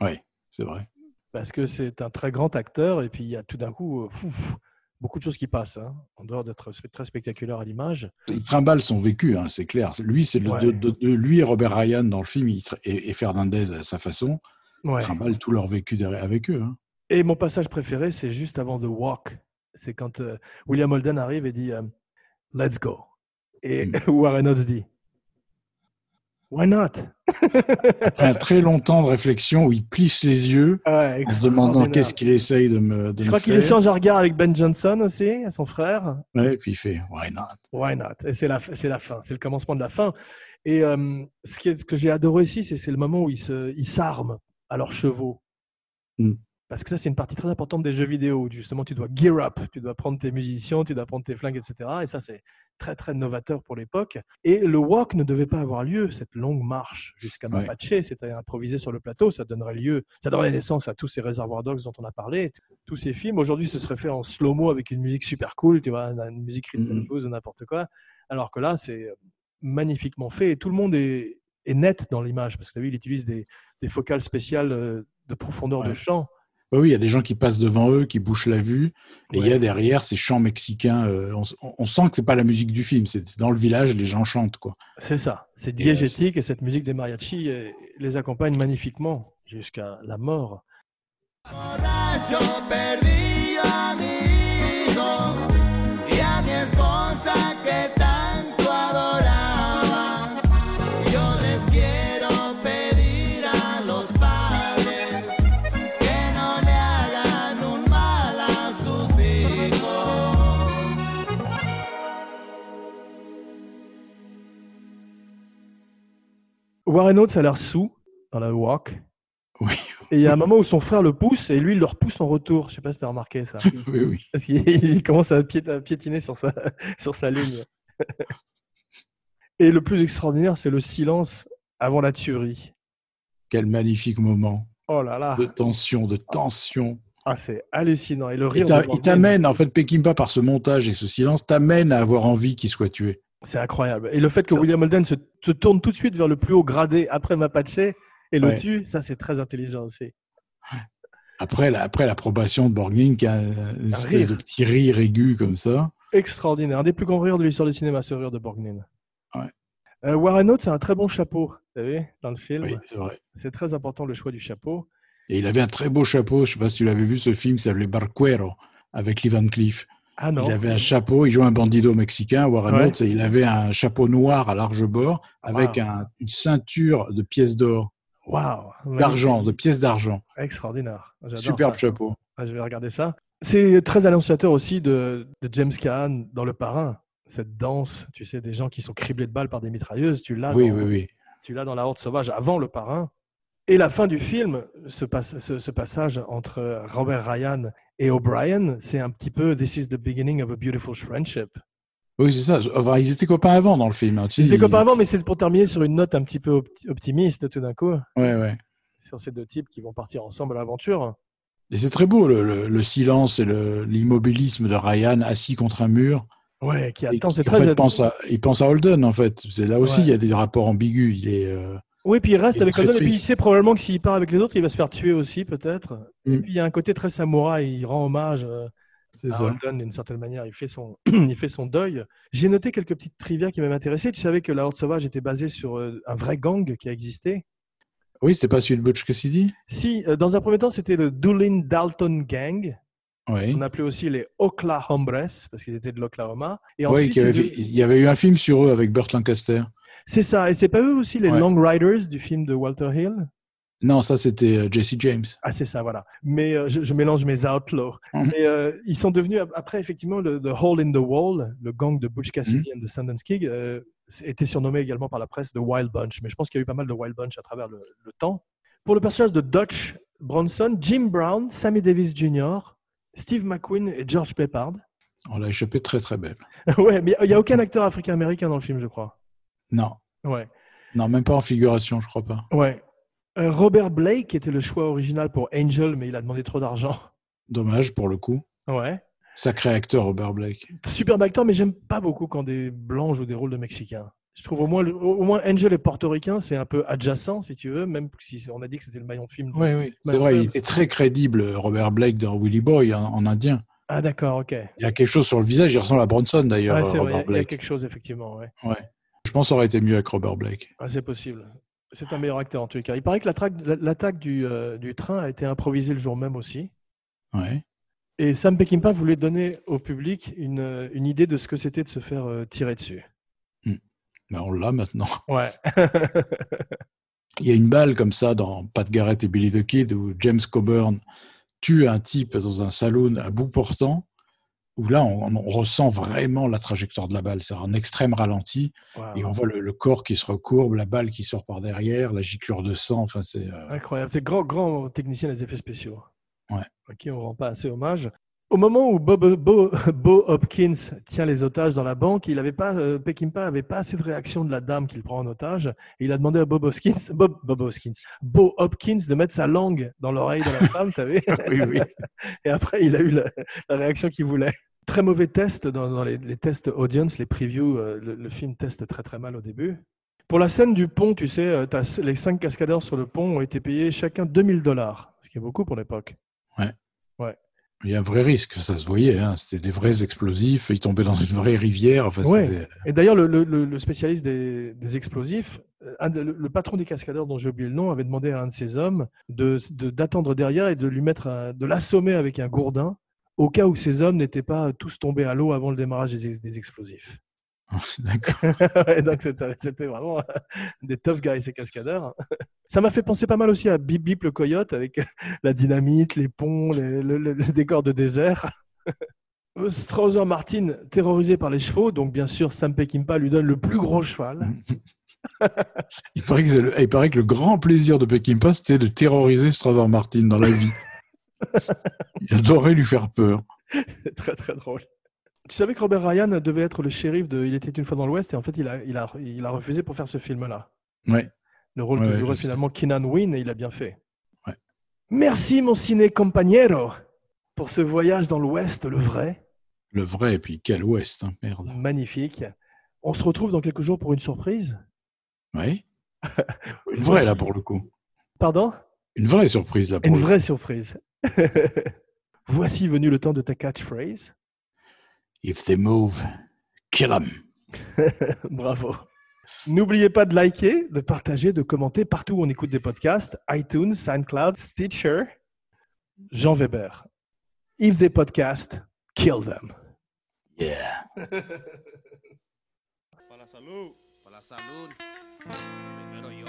Speaker 1: Ouais, c'est vrai.
Speaker 2: Parce que c'est un très grand acteur et puis il y a tout d'un coup euh, fouf, beaucoup de choses qui passent, hein, en dehors d'être sp- très spectaculaire à l'image.
Speaker 1: Il trimballe son vécu, hein, c'est clair. Lui, c'est le,
Speaker 2: Ouais.
Speaker 1: de, de- de- lui et Robert Ryan dans le film, il tra- et, et Fernandez à sa façon,
Speaker 2: Ouais.
Speaker 1: trimballent tout leur vécu derrière- avec eux. hein.
Speaker 2: Et mon passage préféré, c'est juste avant The Walk. C'est quand euh, William Holden arrive et dit euh, Let's go.
Speaker 1: Hmm.
Speaker 2: Et Warren Oates dit Why not?
Speaker 1: Après un très long temps de réflexion où il plisse les yeux
Speaker 2: Ouais,
Speaker 1: en se demandant
Speaker 2: extraordinaire.
Speaker 1: qu'est-ce qu'il essaye de me, de
Speaker 2: Je
Speaker 1: me
Speaker 2: crois qu'il
Speaker 1: faire.
Speaker 2: échange un regard avec Ben Johnson aussi, à son frère.
Speaker 1: Ouais, et puis il fait Why not
Speaker 2: Why not? Et c'est la, c'est la fin, c'est le commencement de la fin. Et euh, ce, qui est- ce que j'ai adoré aussi, c'est, c'est le moment où ils, se, ils s'arment à leurs chevaux.
Speaker 1: Mm.
Speaker 2: Parce que ça, c'est une partie très importante des jeux vidéo. où Justement, tu dois gear up, tu dois prendre tes musiciens, tu dois prendre tes flingues, etc. Et ça, c'est très, très novateur pour l'époque. Et le walk ne devait pas avoir lieu, cette longue marche jusqu'à
Speaker 1: Ouais.
Speaker 2: Mapache. C'était improvisé sur le plateau. Ça donnerait lieu, ça donnerait naissance à tous ces réservoirs dogs dont on a parlé, tous ces films. Aujourd'hui, ce serait fait en slow-mo avec une musique super cool, tu vois, une musique rythme
Speaker 1: Mhm.
Speaker 2: blues ou n'importe quoi. Alors que là, c'est euh, magnifiquement fait et tout le monde est, est net dans l'image parce que tu as vu, il utilise des, des focales spéciales euh, de profondeur de
Speaker 1: Ouais.
Speaker 2: champ
Speaker 1: Oui, oui, il y a des gens qui passent devant eux, qui bouchent la vue, et il y a derrière ces chants mexicains. euh, on, s- on- on sent que c'est pas la musique du film, c'est c'est dans le village, les gens chantent quoi.
Speaker 2: C'est ça, c'est
Speaker 1: euh,
Speaker 2: diégétique et cette musique des mariachis euh, les accompagne magnifiquement jusqu'à la mort.
Speaker 13: Yo perdí a mi hijo y a mi esposa que tanto adoraba. Yo les quiero pedir a los padres que no le hagan un mal a sus hijos.
Speaker 2: Warren Oates a l'air sous dans la walk.
Speaker 1: Oui.
Speaker 2: Et il y a un moment où son frère le pousse et lui il le repousse en retour. Je sais pas si t'as remarqué ça.
Speaker 1: Oui, oui.
Speaker 2: Parce qu'il commence à piét- à piétiner sur sa, sur sa ligne. et le plus extraordinaire, c'est le silence avant la tuerie.
Speaker 1: Quel magnifique moment
Speaker 2: Oh là là.
Speaker 1: de tension, de tension.
Speaker 2: Ah, c'est hallucinant. Et le
Speaker 1: Il
Speaker 2: rire.
Speaker 1: t'a-
Speaker 2: de
Speaker 1: il
Speaker 2: Morgan,
Speaker 1: t'amène en fait Peckinpah par ce montage et ce silence t'amène à avoir envie qu'il soit tué.
Speaker 2: C'est incroyable. Et le fait que William Holden se, se tourne tout de suite vers le plus haut gradé après Mapache et le
Speaker 1: Ouais.
Speaker 2: tue, ça c'est très intelligent aussi.
Speaker 1: Après la, après l'approbation de Borgnine, qui a une
Speaker 2: Un
Speaker 1: espèce
Speaker 2: rire.
Speaker 1: de petit rire aigu comme ça.
Speaker 2: Extraordinaire. Un des plus grands rires de l'histoire du cinéma, ce rire de Borgnine.
Speaker 1: Ouais.
Speaker 2: Euh, Warren Oates a un très bon chapeau, vous savez, dans le film.
Speaker 1: Oui, c'est vrai.
Speaker 2: C'est très important le choix du chapeau.
Speaker 1: Et il avait un très beau chapeau. Je sais pas si tu l'avais vu ce film, qui s'appelait Barquero avec Lee Van Cleef.
Speaker 2: Ah non.
Speaker 1: Il avait un chapeau, il jouait un bandido mexicain, Warren
Speaker 2: Ouais.
Speaker 1: Oates, et il avait un chapeau noir à large bord avec
Speaker 2: Wow.
Speaker 1: un- une ceinture de pièces d'or,
Speaker 2: Waouh.
Speaker 1: d'argent, de pièces d'argent.
Speaker 2: Extraordinaire. J'adore
Speaker 1: Superbe
Speaker 2: ça.
Speaker 1: chapeau.
Speaker 2: Ah, je vais regarder ça. C'est très annonciateur aussi de, de James Caan dans Le Parrain. Cette danse, tu sais, des gens qui sont criblés de balles par des mitrailleuses. Tu l'as
Speaker 1: oui,
Speaker 2: dans,
Speaker 1: oui, oui.
Speaker 2: tu l'as dans la Horde sauvage avant le parrain. Et la fin du film, ce, pas- ce- ce passage entre Robert Ryan et O'Brien, c'est un petit peu This is the beginning of a beautiful friendship.
Speaker 1: Oui, c'est ça. Enfin, ils étaient copains avant dans le film. hein, tu sais,
Speaker 2: Ils étaient copains avant, mais c'est pour terminer sur une note un petit peu opti- optimiste tout d'un coup,
Speaker 1: Ouais, ouais.
Speaker 2: sur ces deux types qui vont partir ensemble à l'aventure.
Speaker 1: Et c'est très beau, le, le- le silence et le- l'immobilisme de Ryan assis contre un mur.
Speaker 2: Ouais, qui
Speaker 1: Et
Speaker 2: attend, c'est
Speaker 1: qui, en
Speaker 2: très.
Speaker 1: fait, pense à- il pense à Holden, en fait. C'est là aussi, il y a des rapports ambigus. Il est, euh,
Speaker 2: Oui, puis il reste
Speaker 1: il est
Speaker 2: avec
Speaker 1: très
Speaker 2: Holden, et puis il
Speaker 1: triste.
Speaker 2: sait probablement que s'il part avec les autres, il va se faire tuer aussi, peut-être. Et
Speaker 1: Mm.
Speaker 2: puis il y a un côté très samouraï, il rend hommage euh,
Speaker 1: C'est
Speaker 2: à
Speaker 1: ça.
Speaker 2: Holden d'une certaine manière, il fait son, il fait son deuil. J'ai noté quelques petites trivia qui m'avaient intéressé. Tu savais que la Horde Sauvage était basée sur euh, un vrai gang qui a existé
Speaker 1: Oui, c'est pas celui de Butch Cassidy
Speaker 2: Si, euh, dans un premier temps, c'était le Doolin Dalton Gang.
Speaker 1: Oui.
Speaker 2: On appelait aussi les Oklahombres, parce qu'ils étaient de l'Oklahoma. Et
Speaker 1: Oui,
Speaker 2: ensuite,
Speaker 1: qu'il y
Speaker 2: c'est
Speaker 1: avait-
Speaker 2: de-
Speaker 1: il y avait eu un film sur eux avec Burt Lancaster.
Speaker 2: c'est ça. Et c'est pas eux aussi les
Speaker 1: Ouais.
Speaker 2: Long Riders du film de Walter Hill
Speaker 1: Non, ça, c'était euh, Jesse James.
Speaker 2: Ah, c'est ça, voilà. Mais euh, je, je mélange mes outlaws.
Speaker 1: Mhm.
Speaker 2: Mais euh, ils sont devenus, ap- après, effectivement, le the Hole in the Wall, le gang de Butch Cassidy and the Sundance Kid, euh, c- était surnommé également par la presse The Wild Bunch. Mais je pense qu'il y a eu pas mal de Wild Bunch à travers le, le temps. Pour le personnage de Dutch Bronson, Jim Brown, Sammy Davis Jr., Steve McQueen et George Peppard.
Speaker 1: On l'a échappé très, très belle.
Speaker 2: ouais, mais il n'y a aucun acteur africain-américain dans le film, je crois.
Speaker 1: Non.
Speaker 2: Ouais.
Speaker 1: Non, même pas en figuration, je crois pas.
Speaker 2: Ouais. Euh, Robert Blake était le choix original pour Angel, mais il a demandé trop d'argent.
Speaker 1: Dommage, pour le coup.
Speaker 2: Ouais.
Speaker 1: Sacré acteur, Robert Blake.
Speaker 2: Superbe acteur, mais j'aime pas beaucoup quand des blancs jouent des rôles de mexicains. Je trouve au moins, le- au moins Angel est portoricain, c'est un peu adjacent si tu veux, même si on a dit que c'était le maillon de film.
Speaker 1: Oui, oui. C'est
Speaker 2: Maillon
Speaker 1: vrai, il
Speaker 2: faible.
Speaker 1: était très crédible, Robert Blake, dans Willy Boy, en, en indien.
Speaker 2: Ah d'accord, ok.
Speaker 1: Il y a quelque chose sur le visage, il ressemble à Bronson, d'ailleurs,
Speaker 2: Ouais, c'est vrai, il
Speaker 1: Robert
Speaker 2: y a- il y, a
Speaker 1: Blake.
Speaker 2: quelque chose effectivement. Ouais.
Speaker 1: Ouais. Je pense que ça aurait été mieux avec Robert Blake.
Speaker 2: Ah, c'est possible. C'est un meilleur acteur en tout cas. Il paraît que l'attraque- la- l'attaque du, euh, du train a été improvisée le jour même aussi.
Speaker 1: Ouais.
Speaker 2: Et Sam Peckinpah voulait donner au public une, euh, une idée de ce que c'était de se faire euh, tirer dessus.
Speaker 1: Ben, on l'a maintenant.
Speaker 2: Ouais.
Speaker 1: Il y a une balle comme ça dans Pat Garrett et Billy the Kid où James Coburn tue un type dans un saloon à bout portant, où là on, on ressent vraiment la trajectoire de la balle, c'est un extrême ralenti,
Speaker 2: Wow.
Speaker 1: et on voit le, le corps qui se recourbe, la balle qui sort par derrière, la giclure de sang, enfin c'est... euh,
Speaker 2: Incroyable. C'est grand, grand technicien des effets spéciaux.
Speaker 1: Ouais.
Speaker 2: À qui on rend pas assez hommage. Au moment où Bob, Bo, Bo Hopkins tient les otages dans la banque, il avait pas, euh, Peckinpah avait pas assez de réaction de la dame qu'il prend en otage. Et il a demandé à Bob Hoskins, Bob, Bob Hoskins, Bo Hopkins de mettre sa langue dans l'oreille de la femme, t'as vu?
Speaker 1: Oui, oui.
Speaker 2: Et après, il a eu la, la réaction qu'il voulait. Très mauvais test dans, dans les, les tests audience, les previews. euh, le, le film teste très très mal au début. Pour la scène du pont, tu sais, euh, t'as- les cinq cascadeurs sur le pont ont été payés chacun 2000 dollars, ce qui est beaucoup pour l'époque.
Speaker 1: Ouais.
Speaker 2: Ouais.
Speaker 1: Il y a un vrai risque, ça se voyait. Hein. C'était des vrais explosifs. Ils tombaient dans une vraie rivière. Enfin,
Speaker 2: Ouais.
Speaker 1: c'était-
Speaker 2: Et d'ailleurs, le, le- le- le spécialiste des, des explosifs, euh, un de- le, le patron des cascadeurs dont j'ai oublié le nom, avait demandé à un de ses hommes de- de- d'attendre derrière et de lui mettre, un- de l'assommer avec un gourdin au cas où ces hommes n'étaient pas tous tombés à l'eau avant le démarrage des, ex- des explosifs.
Speaker 1: D'accord.
Speaker 2: Ouais, donc c'était c'était vraiment euh, des tough guys ces cascadeurs. Ça m'a fait penser pas mal aussi à Bip Bip le coyote avec euh, la dynamite, les ponts, les- le, le- le décor de désert. Euh, Strauser Martin, terrorisé par les chevaux, donc bien sûr Sam Peckinpah lui donne le plus gros cheval.
Speaker 1: Il paraît, que c'est le, il paraît que le grand plaisir de Peckinpah, c'était de terroriser Strasbourg Martin dans la vie. Il adorait lui faire peur.
Speaker 2: C'est très très drôle. Tu savais que Robert Ryan devait être le shérif de Il était une fois dans l'Ouest et en fait il a, il a, il a refusé pour faire ce film-là.
Speaker 1: Ouais.
Speaker 2: Le rôle
Speaker 1: Ouais,
Speaker 2: que
Speaker 1: ouais,
Speaker 2: jouerait
Speaker 1: je sais.
Speaker 2: finalement Keenan Wynn et il a bien fait. Merci mon ciné compagnero pour ce voyage dans l'Ouest, le vrai.
Speaker 1: Le vrai, et puis quel ouest, hein, merde.
Speaker 2: Magnifique. On se retrouve dans quelques jours pour une surprise.
Speaker 1: Oui. Une
Speaker 2: Voici-
Speaker 1: vraie, là, pour le coup.
Speaker 2: Pardon
Speaker 1: Une vraie surprise, là, pour
Speaker 2: Une
Speaker 1: le
Speaker 2: vraie surprise. Voici venu le temps de ta catchphrase.
Speaker 1: coup. If they move, kill 'em.
Speaker 2: Bravo. N'oubliez pas de liker, de partager, de commenter partout où on écoute des podcasts iTunes, SoundCloud, Stitcher. Jean Weber. If they podcast, kill them.
Speaker 1: Yeah.
Speaker 13: Para la salud. Para la salud. Primero yo.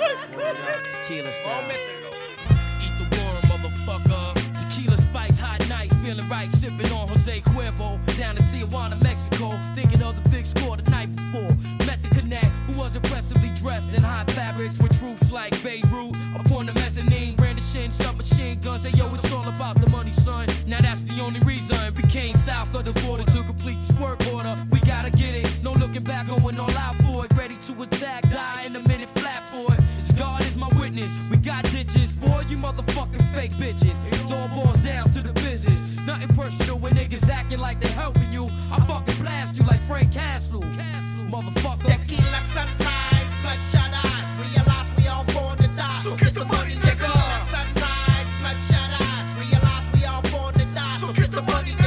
Speaker 12: Tequila style.
Speaker 14: Eat the warm, motherfucker. Tequila spice, hot night, feeling right. Sipping on Jose Cuervo down in Tijuana, Mexico. Thinking of the big score the night before. Met the connect who was impressively dressed in high fabrics with troops like Beirut. Upon the mezzanine, brandishing submachine guns. Hey yo, it's all about the money, son. Now that's the only reason. Became south of the border to complete this work order. We gotta get it. No looking back, going all out for it. Ready to attack, die in a minute flat for it. God is my witness. We got ditches for you motherfucking fake bitches. It all boils down to the business. Nothing personal when niggas acting like they're helping you. I fucking blast you like Frank Castle. Castle, motherfucker. Tequila sunrise, bloodshot eyes. Realize we all born to die.
Speaker 13: So get the money, nigga.
Speaker 14: Sunrise, bloodshot eyes. Realize we all born to die. So get the money, nigga.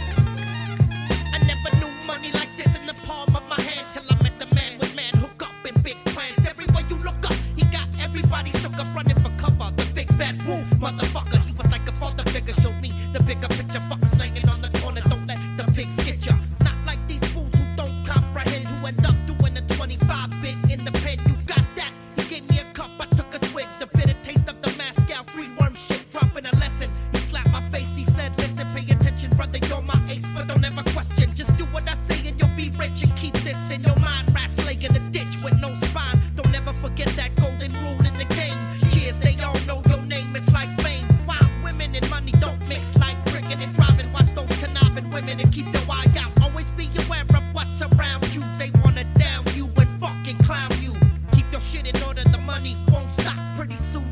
Speaker 12: I never knew money like this in the palm of my hand till I met the man with man hook up in big plans. Everywhere you look up, he got everybody shook up running for cover. The big bad wolf, motherfucker, he was like a father figure. Showed me the bigger picture, fuck slanging on the corner. Don't let the pigs get ya. Not like these fools who don't comprehend who end up doing a 25 bit in the pen. You got that? He gave me a cup, I took a swig. The bitter taste of the Moscow free worm shit, dropping a lesson. He slapped my face, he said, Listen, pay attention, brother, you're my ace, but don't ever question. Just do what I say and you'll be rich and keep this in your mind. Rats lay in a ditch with no spine. Don't ever forget that golden rule in the game. Cheers, they all know your name, it's like fame. Wild women and money don't mix like drinking and driving. Watch those conniving women and keep your eye out. Always be aware of what's around you. They wanna down you and fucking clown you. Keep your shit in order, the money won't stop. Pretty soon